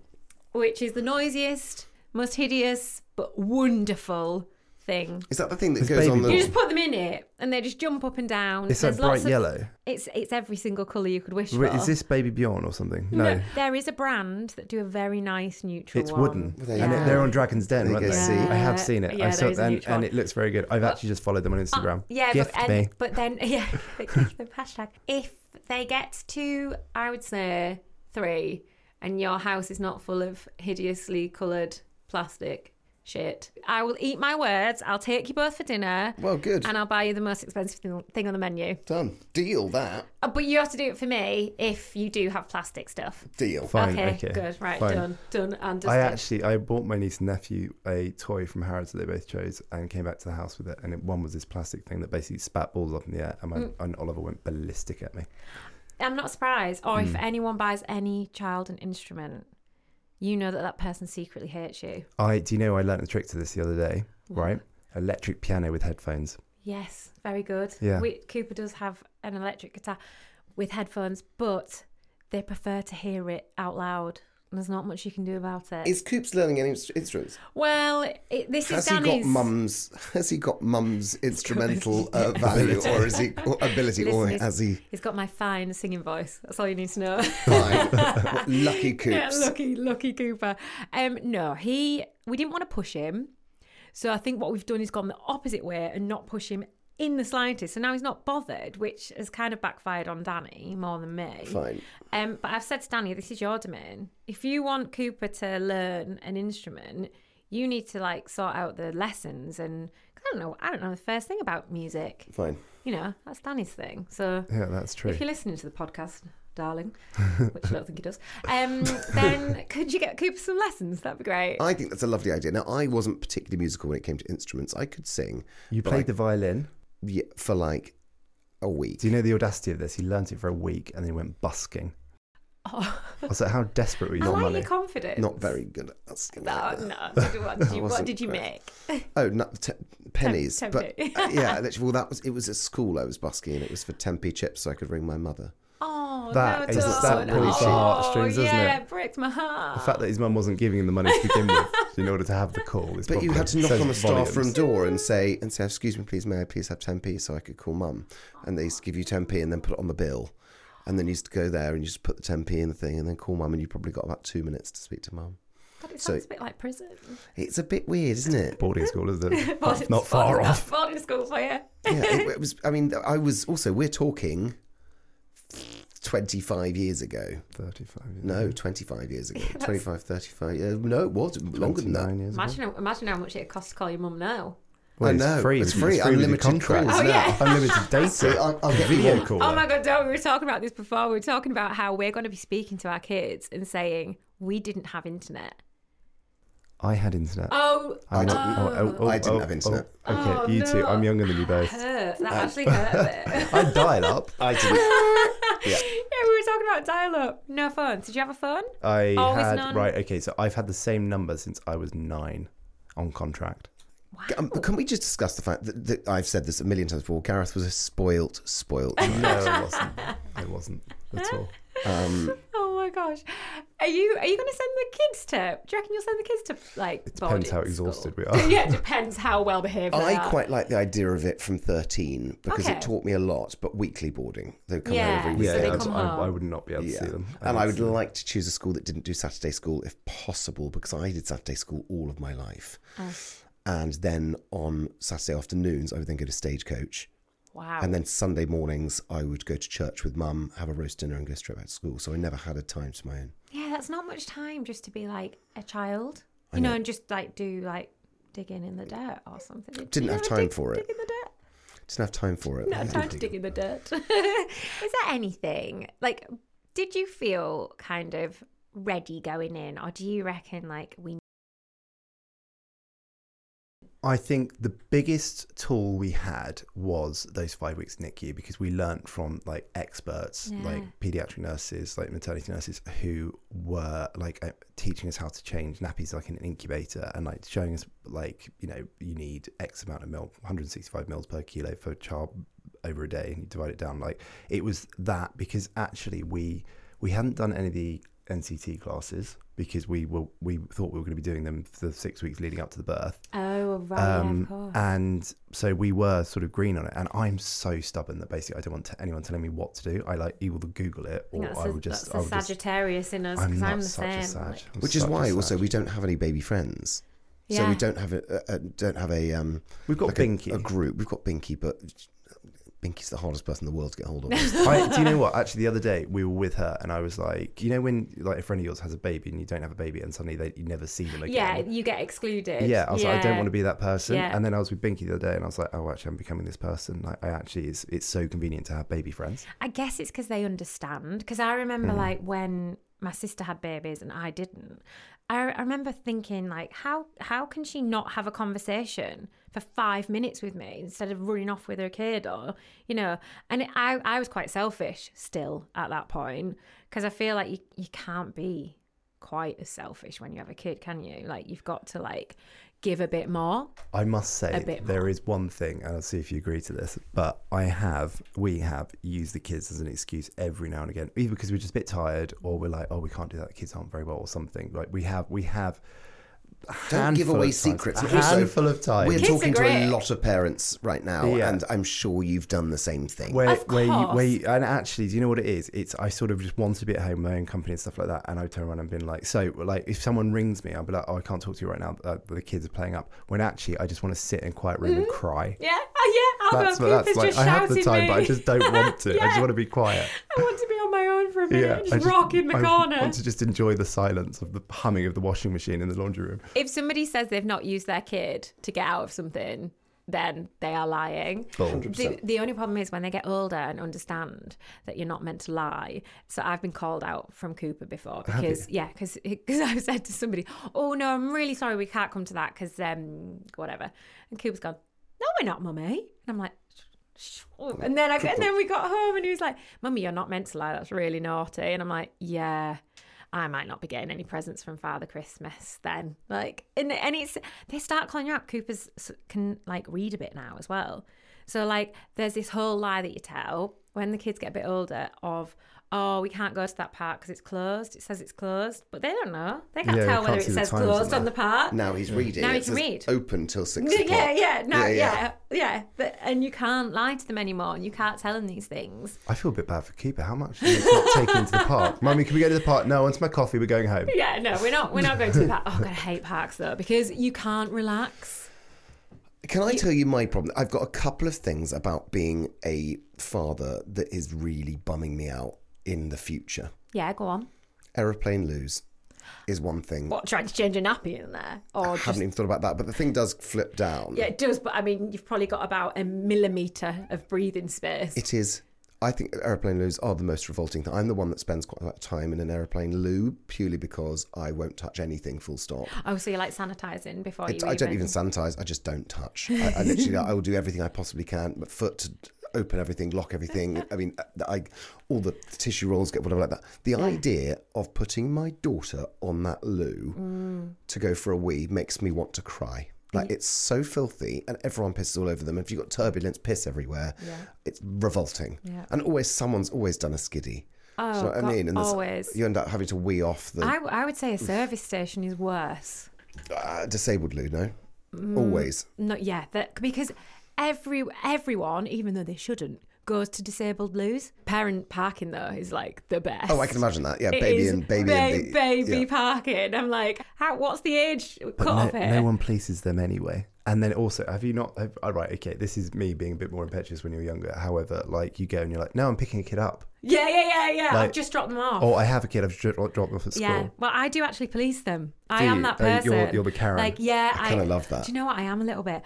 Speaker 1: which is the noisiest, most hideous, but wonderful thing.
Speaker 2: Is that the thing that
Speaker 3: It's
Speaker 2: goes on
Speaker 3: baby
Speaker 2: the?
Speaker 1: You just put them in it, and they just jump up and down.
Speaker 3: It's like
Speaker 1: There's lots
Speaker 3: bright
Speaker 1: of-
Speaker 3: yellow.
Speaker 1: It's it's every single colour you could wish
Speaker 3: Wait,
Speaker 1: for.
Speaker 3: is this Baby Bjorn or something? No.
Speaker 1: there is a brand that do a very nice neutral.
Speaker 3: It's
Speaker 1: one.
Speaker 3: wooden,
Speaker 2: There you
Speaker 3: and
Speaker 2: go.
Speaker 3: it, they're on Dragon's Den,
Speaker 2: There you
Speaker 3: aren't
Speaker 2: go,
Speaker 3: they?
Speaker 2: see?
Speaker 3: I have seen it.
Speaker 1: Yeah,
Speaker 3: I
Speaker 1: there
Speaker 3: saw
Speaker 1: is a
Speaker 3: and,
Speaker 1: huge one.
Speaker 3: and it looks very good. I've actually just followed them on Instagram.
Speaker 1: Yeah,
Speaker 3: gift
Speaker 1: but,
Speaker 3: me.
Speaker 1: and, but then yeah, gift them, hashtag. If they get to, I would say three, and your house is not full of hideously coloured plastic shit. I will eat my words. I'll take you both for dinner.
Speaker 2: Well, good.
Speaker 1: And I'll buy you the most expensive thing- thing on the menu.
Speaker 2: Done. Deal that.
Speaker 1: Uh, But you have to do it for me if you do have plastic stuff.
Speaker 2: Deal.
Speaker 3: Fine.
Speaker 1: okay,
Speaker 3: Okay.
Speaker 1: good. Right,
Speaker 3: Fine.
Speaker 1: done. Done and
Speaker 3: I
Speaker 1: dusted.
Speaker 3: actually I bought my niece and nephew a toy from Harrods that they both chose and came back to the house with it and it, one was this plastic thing that basically spat balls up in the air and, my,
Speaker 1: Mm.
Speaker 3: and Oliver went ballistic at me.
Speaker 1: I'm not surprised. Or
Speaker 3: Hmm.
Speaker 1: if anyone buys any child an instrument, you know that that person secretly hates you.
Speaker 3: I do you know I learnt a trick to this the other day, right? Electric piano with headphones.
Speaker 1: Yes, very good.
Speaker 3: Yeah.
Speaker 1: We, Cooper does have an electric guitar with headphones, but they prefer to hear it out loud. And there's not much you can do about it.
Speaker 2: Is Coops learning any inst- instruments?
Speaker 1: well, it, this
Speaker 2: Has
Speaker 1: is
Speaker 2: he got
Speaker 1: Danny's.
Speaker 2: mum's? Has he got mum's instrumental uh, value, or is he or ability,
Speaker 1: Listen,
Speaker 2: or
Speaker 1: he's-
Speaker 2: has he?
Speaker 1: He's got my fine singing voice. That's all you need to know.
Speaker 2: Fine. What, Lucky
Speaker 1: Yeah,
Speaker 2: Coops.
Speaker 1: lucky, lucky Cooper. Um, no, he. We didn't want to push him, so I think what we've done is gone the opposite way and not push him in the slightest. So now he's not bothered, which has kind of backfired on Danny more than me.
Speaker 2: Fine.
Speaker 1: Um, but I've said to Danny, this is your domain. If you want Cooper to learn an instrument, you need to like sort out the lessons and. 'cause I don't know. I don't know the first thing about music.
Speaker 2: Fine.
Speaker 1: You know, that's Danny's thing. So
Speaker 3: Yeah, that's true.
Speaker 1: if you're listening to the podcast, darling, which I don't think he does, um, then could you get Cooper some lessons? That'd be great.
Speaker 2: I think that's a lovely idea. Now, I wasn't particularly musical when it came to instruments. I could sing
Speaker 3: You
Speaker 2: but
Speaker 3: played
Speaker 2: I-
Speaker 3: the violin.
Speaker 2: yeah, for like a week.
Speaker 3: Do you know the audacity of this? He learnt it for a week and then he went busking.
Speaker 1: Oh.
Speaker 3: I was like, how desperate were you
Speaker 1: I
Speaker 3: for
Speaker 1: like
Speaker 3: money?
Speaker 1: your confidence.
Speaker 2: Not very good at asking.
Speaker 1: No,
Speaker 2: like that.
Speaker 1: no. What did you, what
Speaker 2: wasn't
Speaker 1: did you
Speaker 2: great.
Speaker 1: make?
Speaker 2: Oh, no, te- pennies.
Speaker 1: Tem-
Speaker 2: but
Speaker 1: Tempe.
Speaker 2: uh, yeah, literally. Well, that was it. Was at school I was busking, and it was for Tempe chips, so I could ring my mother.
Speaker 1: Oh,
Speaker 3: That
Speaker 1: no,
Speaker 3: is-
Speaker 1: don't.
Speaker 2: that pulls
Speaker 1: oh,
Speaker 2: the
Speaker 3: heartstrings, doesn't
Speaker 1: yeah,
Speaker 3: it?
Speaker 1: breaks my heart.
Speaker 3: The fact that his mum wasn't giving him the money to begin with in order to have the call is
Speaker 2: But you
Speaker 3: probably-
Speaker 2: had to knock
Speaker 3: says
Speaker 2: on the staff
Speaker 3: volumes.
Speaker 2: room door and say, and say, excuse me, please, may I please have 10p so I could call mum? And they used to give you 10p and then put it on the bill. And then you used to go there and you just put the 10p in the thing and then call mum and you probably got about two minutes to speak to mum.
Speaker 1: God, it
Speaker 2: so-
Speaker 1: sounds a bit like prison.
Speaker 2: It's a bit weird, isn't it?
Speaker 3: boarding school, isn't it?
Speaker 1: Boarding-
Speaker 3: not far
Speaker 1: boarding-
Speaker 3: off.
Speaker 1: Boarding school for you.
Speaker 2: Yeah, it, it was, I mean, I was also, we're talking 25 years ago.
Speaker 3: 35 years
Speaker 2: No, 25 years ago. 25, 35. Yeah, no, it was longer than that.
Speaker 3: 29 years ago.
Speaker 1: Imagine, how- imagine how much it costs to call your mum now.
Speaker 2: I know, it's free,
Speaker 3: with your
Speaker 2: unlimited
Speaker 3: contract.
Speaker 2: calls
Speaker 1: Oh, now. yeah.
Speaker 3: Unlimited data.
Speaker 2: See, I'll- I'll get you
Speaker 3: video
Speaker 2: one.
Speaker 3: call.
Speaker 1: Oh my god, don't we were talking about this before. We were talking about how we're going to be speaking to our kids and saying we didn't have internet.
Speaker 3: I had internet.
Speaker 1: Oh,
Speaker 2: I
Speaker 3: I'm
Speaker 2: didn't-
Speaker 3: not- oh, oh, oh,
Speaker 2: I didn't
Speaker 3: oh,
Speaker 2: have internet.
Speaker 3: oh, okay,
Speaker 1: Oh,
Speaker 3: you two.
Speaker 1: no.
Speaker 3: I'm younger than you
Speaker 1: that
Speaker 3: both.
Speaker 1: hurt. That actually hurt. a bit.
Speaker 3: I dial up. I
Speaker 1: yeah, we were talking about dial-up. No phones. Did you have a phone?
Speaker 3: I
Speaker 1: Always
Speaker 3: had
Speaker 1: Oh, none.
Speaker 3: right. Okay, so I've had the same number since I was nine, on contract.
Speaker 2: Um, can we just discuss the fact that, that I've said this a million times before? Gareth was a spoilt, spoilt. child.
Speaker 3: No, it wasn't. It wasn't at all.
Speaker 2: um,
Speaker 1: Oh my gosh, are you are you going to send the kids to? Do you reckon you'll send the kids to like?
Speaker 3: It
Speaker 1: boarding
Speaker 3: depends how exhausted we are.
Speaker 1: yeah, it depends how well behaved. they
Speaker 2: I
Speaker 1: are.
Speaker 2: quite like the idea of it from 13 because
Speaker 1: Okay.
Speaker 2: it taught me a lot, but weekly boarding. They would come home
Speaker 1: Yeah,
Speaker 2: every
Speaker 1: so
Speaker 2: weekend.
Speaker 1: they
Speaker 3: I,
Speaker 1: come
Speaker 3: I,
Speaker 1: home.
Speaker 3: I would not be able to
Speaker 2: Yeah.
Speaker 3: see them.
Speaker 2: and I would
Speaker 3: see them.
Speaker 2: like to choose a school that didn't do Saturday school if possible because I did Saturday school all of my life.
Speaker 1: Oh.
Speaker 2: And then on Saturday afternoons, I would then go to stagecoach.
Speaker 1: Wow.
Speaker 2: And then Sunday mornings, I would go to church with mum, have a roast dinner, and go straight back to school. So I never had a time to my own.
Speaker 1: yeah, that's not much time just to be like a child,
Speaker 2: I
Speaker 1: you know,
Speaker 2: know.
Speaker 1: and just like do like digging in the dirt or something. Did
Speaker 2: Didn't
Speaker 1: you
Speaker 2: have
Speaker 1: ever
Speaker 2: time
Speaker 1: dig-
Speaker 2: for it.
Speaker 1: Dig in the dirt.
Speaker 2: Didn't have time for it.
Speaker 1: No time to dig in the dirt. Is there anything like? Did you feel kind of ready going in, or do you reckon like we?
Speaker 3: I think the biggest tool we had was those five weeks NICU because we learnt from like experts,
Speaker 1: Yeah.
Speaker 3: like pediatric nurses, like maternity nurses who were like uh, teaching us how to change nappies like in an incubator and like showing us like, you know, you need X amount of milk, 165 mils per kilo for a child over a day and you divide it down. Like it was that because actually we, we hadn't done any of the NCT classes because we were, we thought we were going to be doing them for the six weeks leading up to the birth
Speaker 1: Oh right, yeah, of
Speaker 3: um,
Speaker 1: course.
Speaker 3: and so we were sort of green on it. And I'm so stubborn that basically I don't want t- anyone telling me what to do. I like either Google it
Speaker 1: I think
Speaker 3: or
Speaker 1: that's
Speaker 3: I
Speaker 1: the-
Speaker 3: will just.
Speaker 1: that's the
Speaker 3: I will just-
Speaker 1: Sagittarius in us
Speaker 3: I'm
Speaker 1: because
Speaker 3: not
Speaker 1: I'm the
Speaker 3: such
Speaker 1: same.
Speaker 3: a Sag.
Speaker 1: like-
Speaker 3: I'm
Speaker 2: Which is
Speaker 3: such a
Speaker 2: why also
Speaker 3: Sag.
Speaker 2: we don't have any baby friends. So
Speaker 1: Yeah.
Speaker 2: we don't have a, a, a don't have a um
Speaker 3: We've got
Speaker 2: like a-
Speaker 3: Binky.
Speaker 2: a, group. We've got Binky, but Binky's the hardest person in the world to get hold of. It's
Speaker 3: I, do you know what? Actually, the other day we were with her, and I was like, you know, when like a friend of yours has a baby and you don't have a baby, and suddenly they, you never see them
Speaker 1: yeah,
Speaker 3: again.
Speaker 1: you get excluded.
Speaker 3: Yeah, I was like, I don't want to be that person.
Speaker 1: Yeah.
Speaker 3: And then I was with Binky the other day, and I was like, oh, actually, I'm becoming this person. Like, I actually, it's, it's so convenient to have baby friends.
Speaker 1: I guess it's because they understand. Because I
Speaker 3: Mm.
Speaker 1: remember like when my sister had babies and I didn't. I, I remember thinking like, how how can she not have a conversation for five minutes with me instead of running off with her kid or you know? And I I was quite selfish still at that point because I feel like you you can't be quite as selfish when you have a kid, can you? Like you've got to like give a bit more.
Speaker 3: I must
Speaker 1: A
Speaker 3: say,
Speaker 1: bit
Speaker 3: there is one thing, and I'll see if you agree to this, but I have, we have used the kids as an excuse every now and again, either because we're just a bit tired or we're like, oh, we can't do that, the kids aren't very well or something. Like, we have, we have. a
Speaker 2: Don't give
Speaker 3: handful
Speaker 2: away
Speaker 3: of times-
Speaker 2: secrets.
Speaker 3: A
Speaker 2: And also,
Speaker 3: handful of times.
Speaker 2: We're
Speaker 1: Kids are
Speaker 2: talking to
Speaker 1: great.
Speaker 2: a lot of parents right now,
Speaker 3: Yeah.
Speaker 2: and I'm sure you've done the same thing.
Speaker 3: Where,
Speaker 1: Of
Speaker 3: where, you, where
Speaker 1: course.
Speaker 3: you, and actually, do you know what it is? It's I sort of just wanted to be at home, my own company and stuff like that. And I turn around and been like, so like if someone rings me, I'll be like, oh, I can't talk to you right now. Uh, the kids are playing up. When actually, I just want to sit in a quiet room and cry.
Speaker 1: Yeah, Mm-hmm. yeah.
Speaker 3: That's
Speaker 1: Alpha
Speaker 3: that's
Speaker 1: Pooper's
Speaker 3: like
Speaker 1: just
Speaker 3: I have the
Speaker 1: shouted
Speaker 3: time,
Speaker 1: me.
Speaker 3: but I just don't want to. I just
Speaker 1: Yeah.
Speaker 3: want to be quiet.
Speaker 1: I want to be on my own for a minute and
Speaker 3: I
Speaker 1: just rock in the
Speaker 3: I
Speaker 1: corner.
Speaker 3: want to just enjoy the silence of the humming of the washing machine in the laundry room.
Speaker 1: If somebody says they've not used their kid to get out of something, then they are lying. The, the only problem is when they get older and understand that you're not meant to lie. So I've been called out from Cooper before because yeah, because I said to somebody, "Oh no, I'm really sorry, we can't come to that because um whatever," and Cooper's gone, "No, we're not, mummy," and I'm like. "Shh." And then I and then we got home and he was like, "Mummy, you're not meant to lie. That's really naughty." And I'm like, "Yeah, I might not be getting any presents from Father Christmas then. Like, and, and it's, they start calling you out. Coopers s- can like read a bit now as well. So, like, there's this whole lie that you tell when the kids get a bit older of, oh, we can't go to that park because it's closed. It says it's closed, but they don't know. They can't
Speaker 3: Yeah,
Speaker 1: tell
Speaker 3: we
Speaker 1: whether
Speaker 3: can't
Speaker 1: it
Speaker 3: see the
Speaker 1: says
Speaker 3: times on
Speaker 1: closed on the
Speaker 3: there.
Speaker 1: park.
Speaker 2: Now
Speaker 3: Mm.
Speaker 2: he's reading.
Speaker 1: Now
Speaker 2: It
Speaker 1: he can
Speaker 2: says
Speaker 1: read.
Speaker 2: Open till six o'clock.
Speaker 1: Yeah, yeah, no, yeah, yeah, But, and you can't lie to them anymore, and you can't tell them these things.
Speaker 3: I feel a bit bad for Keeper. How much is not taking to the park? Mummy, can we go to the park? No, onto my coffee. We're going home.
Speaker 1: Yeah, no, we're not. We're not going to the park. Oh god, I hate parks though because you can't relax.
Speaker 2: Can I tell you my problem? I've got a couple of things about being a father that is really bumming me out in the future.
Speaker 1: Yeah, go on.
Speaker 2: Aeroplane lose is one thing.
Speaker 1: What, trying to change a nappy in there? Or
Speaker 2: I haven't
Speaker 1: just.
Speaker 2: even thought about that, but the thing does flip down.
Speaker 1: Yeah, it does, but I mean, you've probably got about a millimetre of breathing space.
Speaker 2: It is. I think aeroplane loos are the most revolting thing. I'm the one that spends quite a lot of time in an aeroplane loo purely because I won't touch anything full stop.
Speaker 1: oh, so you like sanitising before
Speaker 2: It-
Speaker 1: you
Speaker 2: I don't even sanitize. I just don't touch. I, I literally, I will do everything I possibly can, but foot to open everything, lock everything. I mean, I all the tissue rolls get whatever like that. The idea of putting my daughter on that loo
Speaker 1: Mm.
Speaker 2: to go for a wee makes me want to cry. Like it's so filthy, and everyone pisses all over them. If you've got turbulence, piss everywhere. It's revolting,
Speaker 1: Yeah.
Speaker 2: and always someone's always done a skiddy.
Speaker 1: Oh,
Speaker 2: Do you know what
Speaker 1: God,
Speaker 2: I mean? And there's-
Speaker 1: always.
Speaker 2: you end up having to wee off the
Speaker 1: I, w- I would say a service station is worse.
Speaker 2: uh, disabled loo. No,
Speaker 1: Mm.
Speaker 2: always.
Speaker 1: No, yeah, that, because every everyone, even though they shouldn't, goes to disabled loos. Parent parking though is like the best.
Speaker 2: Oh, I can imagine that. Yeah,
Speaker 1: It
Speaker 2: baby
Speaker 1: is
Speaker 2: and baby
Speaker 1: ba-
Speaker 2: and ba-
Speaker 1: baby
Speaker 2: yeah.
Speaker 1: parking. I'm like, how? What's the age cut
Speaker 3: But
Speaker 1: off
Speaker 3: no,
Speaker 1: here?
Speaker 3: no one places them anyway. And then also, have you not? Have, all right, okay, this is me being a bit more impetuous when you're younger. However, like you go and you're like, no, I'm picking a kid up.
Speaker 1: Yeah, yeah, yeah, yeah. I've
Speaker 3: Like-
Speaker 1: just dropped them off.
Speaker 3: Oh, I have a kid. I've dro- dropped them off at school.
Speaker 1: Yeah. Well, I do actually police them. I
Speaker 3: Do
Speaker 1: am
Speaker 3: you?
Speaker 1: that
Speaker 3: Oh, you're-
Speaker 1: person.
Speaker 3: you're the Karen.
Speaker 1: Like, yeah,
Speaker 2: I kinda love that.
Speaker 1: Do you know what? I am a little bit.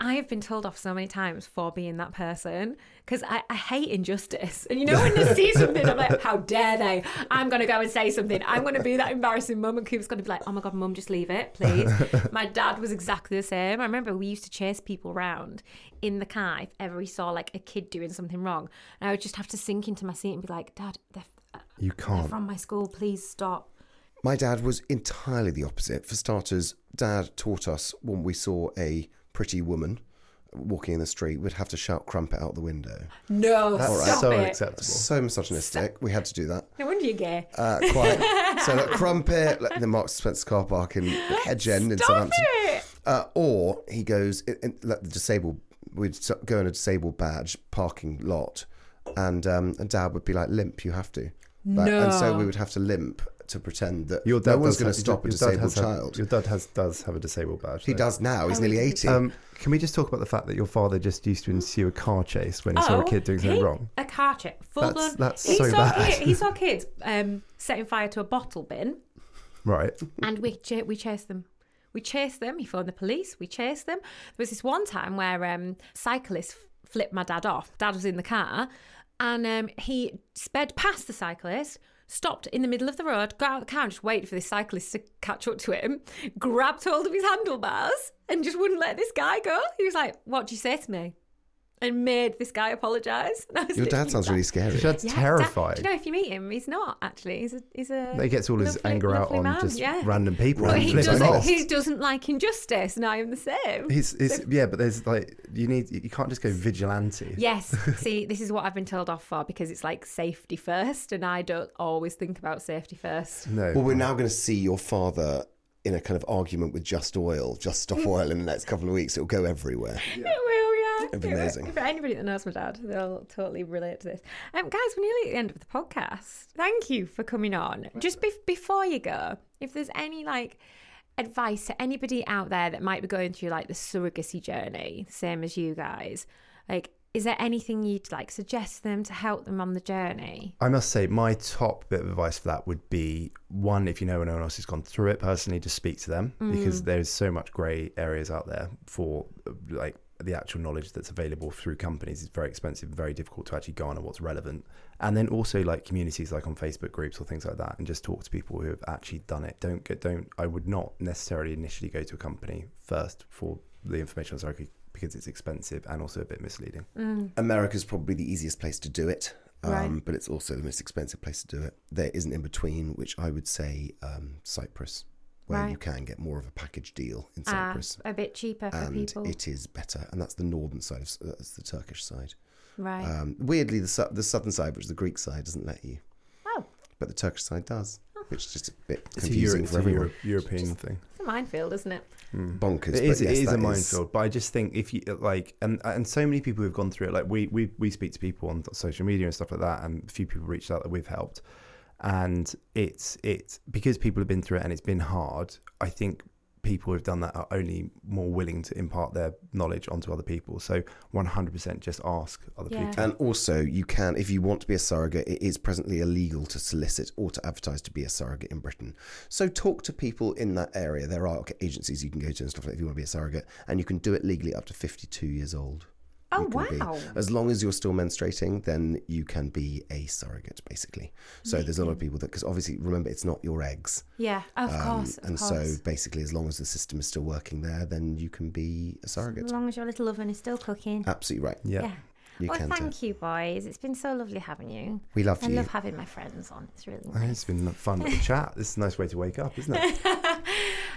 Speaker 1: I have been told off so many times for being that person because I, I hate injustice. And you know, when they see something, I'm like, how dare they? I'm going to go and say something. I'm going to be that embarrassing mum. And Coop's going to be like, oh my God, mum, just leave it, please. my dad was exactly the same. I remember we used to chase people around in the car if ever we saw like a kid doing something wrong. And I would just have to sink into my seat and be like, dad, they're, uh,
Speaker 3: You
Speaker 1: they're
Speaker 3: can't.
Speaker 1: from my school. Please stop.
Speaker 2: My dad was entirely the opposite. For starters, dad taught us when we saw a pretty woman walking in the street, we'd have to shout crumpet out the window.
Speaker 1: No,
Speaker 3: That's
Speaker 1: stop
Speaker 3: so
Speaker 1: it.
Speaker 3: acceptable.
Speaker 2: So misogynistic. We had to do that.
Speaker 1: No wonder you're gay.
Speaker 2: Uh, quite. so like, crumpet, like the Mark Spencer car park in Hedge End in
Speaker 1: Stop
Speaker 2: Southampton.
Speaker 1: it!
Speaker 2: Uh, or he goes, in, in, like the disabled, we'd s- go in a disabled badge parking lot, and um, and dad would be like, limp, you have to. Like, And so
Speaker 1: No.
Speaker 2: we would have to limp to pretend that
Speaker 3: Your dad
Speaker 2: no one's
Speaker 3: does
Speaker 2: going to
Speaker 3: have-
Speaker 2: stop a
Speaker 3: your dad has
Speaker 2: disabled
Speaker 3: had-
Speaker 2: child.
Speaker 3: your dad has does have a disabled badge.
Speaker 2: he
Speaker 3: though.
Speaker 2: does now. He's nearly eighty.
Speaker 3: Um, can we just talk about the fact that your father just used to ensue a car chase when he saw a kid doing something
Speaker 1: he-
Speaker 3: wrong?
Speaker 1: Oh, A car chase. Full
Speaker 3: That's-
Speaker 1: blown.
Speaker 3: that's
Speaker 1: he
Speaker 3: so
Speaker 1: saw
Speaker 3: bad.
Speaker 1: Kid, he saw kids um, setting fire to a bottle bin,
Speaker 3: Right.
Speaker 1: and we ch- we chased them. We chased them. He phoned the police. We chased them. There was this one time where um, cyclist f- flipped my dad off. Dad was in the car, and um, he sped past the cyclist. Stopped in the middle of the road, got out of the car and just waited for this cyclist to catch up to him, grabbed hold of his handlebars and just wouldn't let this guy go. He was like, What did you say to me? And made this guy apologise. And I was
Speaker 2: Your dad
Speaker 1: thinking,
Speaker 2: sounds
Speaker 1: "That-
Speaker 2: really scary.
Speaker 3: Your dad's
Speaker 1: yeah,
Speaker 3: terrifying.
Speaker 1: Da- do you know if you meet him, he's not actually. He's a he's a.
Speaker 3: he gets all his
Speaker 1: lovely-
Speaker 3: anger out
Speaker 1: lovely
Speaker 3: on
Speaker 1: man,
Speaker 3: just
Speaker 1: yeah.
Speaker 3: random people.
Speaker 1: But
Speaker 3: and
Speaker 1: he
Speaker 2: Flip
Speaker 3: flipping
Speaker 2: him
Speaker 1: doesn't.
Speaker 2: off.
Speaker 1: He doesn't like injustice, and I am the same.
Speaker 3: He's, he's, yeah, but there's like you need you can't just go vigilante.
Speaker 1: Yes. See, this is what I've been told off for because it's like safety first, and I don't always think about safety first.
Speaker 3: No.
Speaker 2: Well, we're now going to see your father in a kind of argument with Just Oil, Just Stop
Speaker 1: Mm.
Speaker 2: Oil, in the next couple of weeks. It'll go everywhere.
Speaker 1: It will, yeah.
Speaker 2: It'd be
Speaker 1: It will.
Speaker 2: amazing.
Speaker 1: For anybody that knows my dad, they'll totally relate to this. Um, guys, we're nearly at the end of the podcast. Thank you for coming on. Just bef before you go, if there's any like advice to anybody out there that might be going through like the surrogacy journey, same as you guys, like, is there anything you'd like suggest them to help them on the journey?
Speaker 3: I must say, my top bit of advice for that would be one, if you know anyone else who's gone through it personally, just speak to them because there's so much grey areas out there for uh, like the actual knowledge that's available through companies is very expensive, very difficult to actually garner what's relevant. And then also like communities like on Facebook groups or things like that, and just talk to people who have actually done it. Don't get, don't, I would not necessarily initially go to a company first for the information on surrogacy because it's expensive and also a bit misleading.
Speaker 2: America's probably the easiest place to do it, um,
Speaker 1: Right.
Speaker 2: but it's also the most expensive place to do it. There is an in between, which I would say um, Cyprus, where you
Speaker 1: Right.
Speaker 2: can get more of a package deal in
Speaker 1: Ah,
Speaker 2: Cyprus.
Speaker 1: a bit cheaper for
Speaker 2: and
Speaker 1: people.
Speaker 2: it is better, and that's the northern side. so That's the Turkish side.
Speaker 1: right.
Speaker 2: Um, weirdly, the su- the southern side, which is the Greek side, doesn't let you,
Speaker 1: oh,
Speaker 2: but the Turkish side does, which is just a bit
Speaker 3: It's a, Euro-
Speaker 2: confusing
Speaker 3: it's
Speaker 2: for
Speaker 3: a
Speaker 2: everyone.
Speaker 3: Euro- European thing.
Speaker 1: it's a minefield, isn't it?
Speaker 2: Bonkers.
Speaker 3: It
Speaker 2: but yes,
Speaker 3: is, it is
Speaker 2: that
Speaker 3: a minefield, but I just think if you like, and and so many people who've gone through it, like we we we speak to people on social media and stuff like that, and a few people reached out that we've helped, and it's it's because people have been through it and it's been hard. I think people who've done that are only more willing to impart their knowledge onto other people. So one hundred percent, just ask other
Speaker 1: Yeah.
Speaker 3: people.
Speaker 2: And also, you can, if you want to be a surrogate, it is presently illegal to solicit or to advertise to be a surrogate in Britain. So talk to people in that area. There are agencies you can go to and stuff like that if you want to be a surrogate, and you can do it legally up to 52 years old.
Speaker 1: Oh,
Speaker 2: You can be-
Speaker 1: wow.
Speaker 2: as long as you're still menstruating, then you can be a surrogate, basically. So there's a lot of people that, because obviously, remember, it's not your eggs.
Speaker 1: Yeah, of
Speaker 2: Um,
Speaker 1: course. Of
Speaker 2: and
Speaker 1: course.
Speaker 2: so basically, as long as the system is still working there, then you can be a surrogate.
Speaker 1: As long as your little oven is still cooking.
Speaker 2: Absolutely right.
Speaker 3: Yeah.
Speaker 2: You
Speaker 1: well,
Speaker 2: can do.
Speaker 1: thank you, boys. It's been so lovely having you.
Speaker 2: We love
Speaker 1: I
Speaker 2: you.
Speaker 1: love having my friends on. It's really
Speaker 3: Oh,
Speaker 1: nice.
Speaker 3: It's been fun little chat. This is a nice way to wake up, isn't it?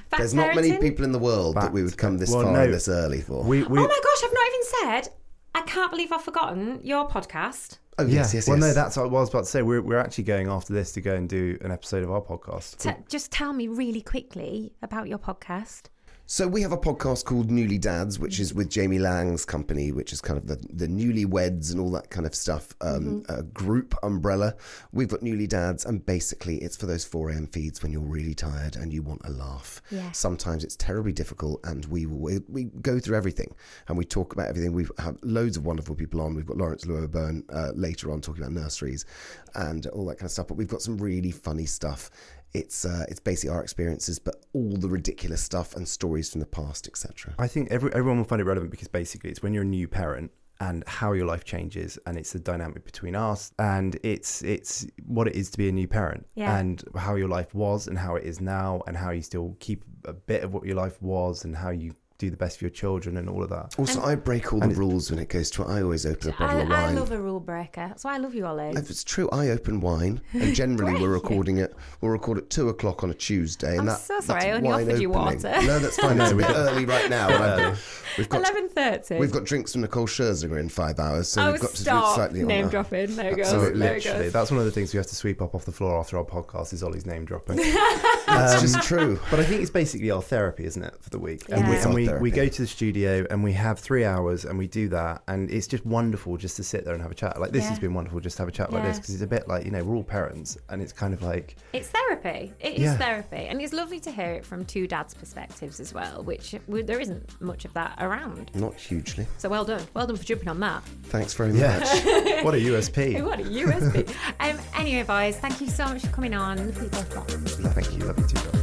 Speaker 1: Back
Speaker 2: There's not many
Speaker 1: parenting.
Speaker 2: people in the world that
Speaker 3: Fact.
Speaker 2: we would come this
Speaker 3: Well,
Speaker 2: far
Speaker 3: no.
Speaker 2: and this early for.
Speaker 3: We, we,
Speaker 1: oh my gosh, I've not even said. I can't believe I've forgotten your podcast.
Speaker 2: oh
Speaker 3: yeah.
Speaker 2: yes, yes,
Speaker 3: well, no,
Speaker 2: yes.
Speaker 3: that's what I was about to say. We're, we're actually going after this to go and do an episode of our podcast.
Speaker 1: T- just tell me really quickly about your podcast.
Speaker 2: So we have a podcast called Newly Dads, which is with Jamie Lang's company, which is kind of the, the newlyweds and all that kind of stuff, um, a group umbrella. We've got Newly Dads, and basically it's for those 4am feeds when you're really tired and you want a laugh.
Speaker 1: Yeah.
Speaker 2: Sometimes it's terribly difficult, and we, we we go through everything, and we talk about everything. We have loads of wonderful people on. We've got Lawrence Lewis-Burn uh, later on talking about nurseries and all that kind of stuff, but we've got some really funny stuff it's uh, it's basically our experiences, but all the ridiculous stuff and stories from the past, etc.
Speaker 3: I think every, everyone will find it relevant because basically it's when you're a new parent and how your life changes and it's the dynamic between us and it's it's what it is to be a new parent
Speaker 1: Yeah.
Speaker 3: and how your life was and how it is now and how you still keep a bit of what your life was and how you do the best for your children and all of that.
Speaker 2: Also, I break all the rules when it goes to. I always open a bottle
Speaker 1: I,
Speaker 2: of
Speaker 1: I
Speaker 2: wine.
Speaker 1: love a rule breaker. That's why I love you, Ollie.
Speaker 2: if it's true, I open wine, and generally we're recording it. We'll record at two o'clock on a Tuesday, and
Speaker 1: I'm
Speaker 2: that,
Speaker 1: so sorry,
Speaker 2: that's
Speaker 1: I only
Speaker 2: wine
Speaker 1: offered you
Speaker 2: opening.
Speaker 1: water.
Speaker 2: No, that's fine. It's a bit early right now. and I've- we've got
Speaker 1: 11.30.
Speaker 2: we've got drinks from Nicole Scherzinger in five hours, so
Speaker 1: oh,
Speaker 2: we've got
Speaker 1: stop.
Speaker 2: to do it slightly
Speaker 1: Name
Speaker 2: on a-
Speaker 1: dropping. There it goes.
Speaker 2: Absolutely.
Speaker 1: There it
Speaker 3: Literally,
Speaker 1: goes.
Speaker 3: that's one of the things we have to sweep up off the floor after our podcast is Ollie's name dropping.
Speaker 2: That's just true.
Speaker 1: Um,
Speaker 3: But I think it's basically our therapy, isn't it, for the week?
Speaker 1: Yeah.
Speaker 3: we,
Speaker 1: It's
Speaker 2: our
Speaker 3: we we, we
Speaker 2: therapy.
Speaker 3: go to the studio and we have three hours and we do that and it's just wonderful just to sit there and have a chat like this
Speaker 1: Yeah.
Speaker 3: has been wonderful just to have a chat like this
Speaker 1: Yeah.
Speaker 3: because it's a bit like you know we're all parents and it's kind of like
Speaker 1: It's therapy. It is
Speaker 3: Yeah.
Speaker 1: therapy. And it's lovely to hear it from two dads' perspectives as well, which we, there isn't much of that around.
Speaker 2: Not hugely.
Speaker 1: So well done. Well done for jumping on that.
Speaker 2: Thanks very
Speaker 3: Yeah.
Speaker 2: much.
Speaker 3: what a USP
Speaker 1: What a USB. um, anyway, boys, thank you so much for coming on. Please both rock.
Speaker 3: thank you love you too Dom.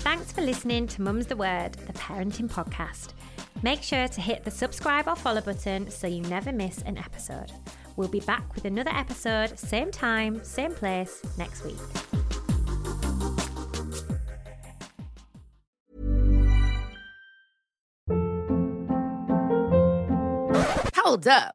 Speaker 1: Thanks for listening to Mum's the Word, the parenting podcast. Make sure to hit the subscribe or follow button so you never miss an episode. We'll be back with another episode, same time, same place, next week.
Speaker 6: Hold up.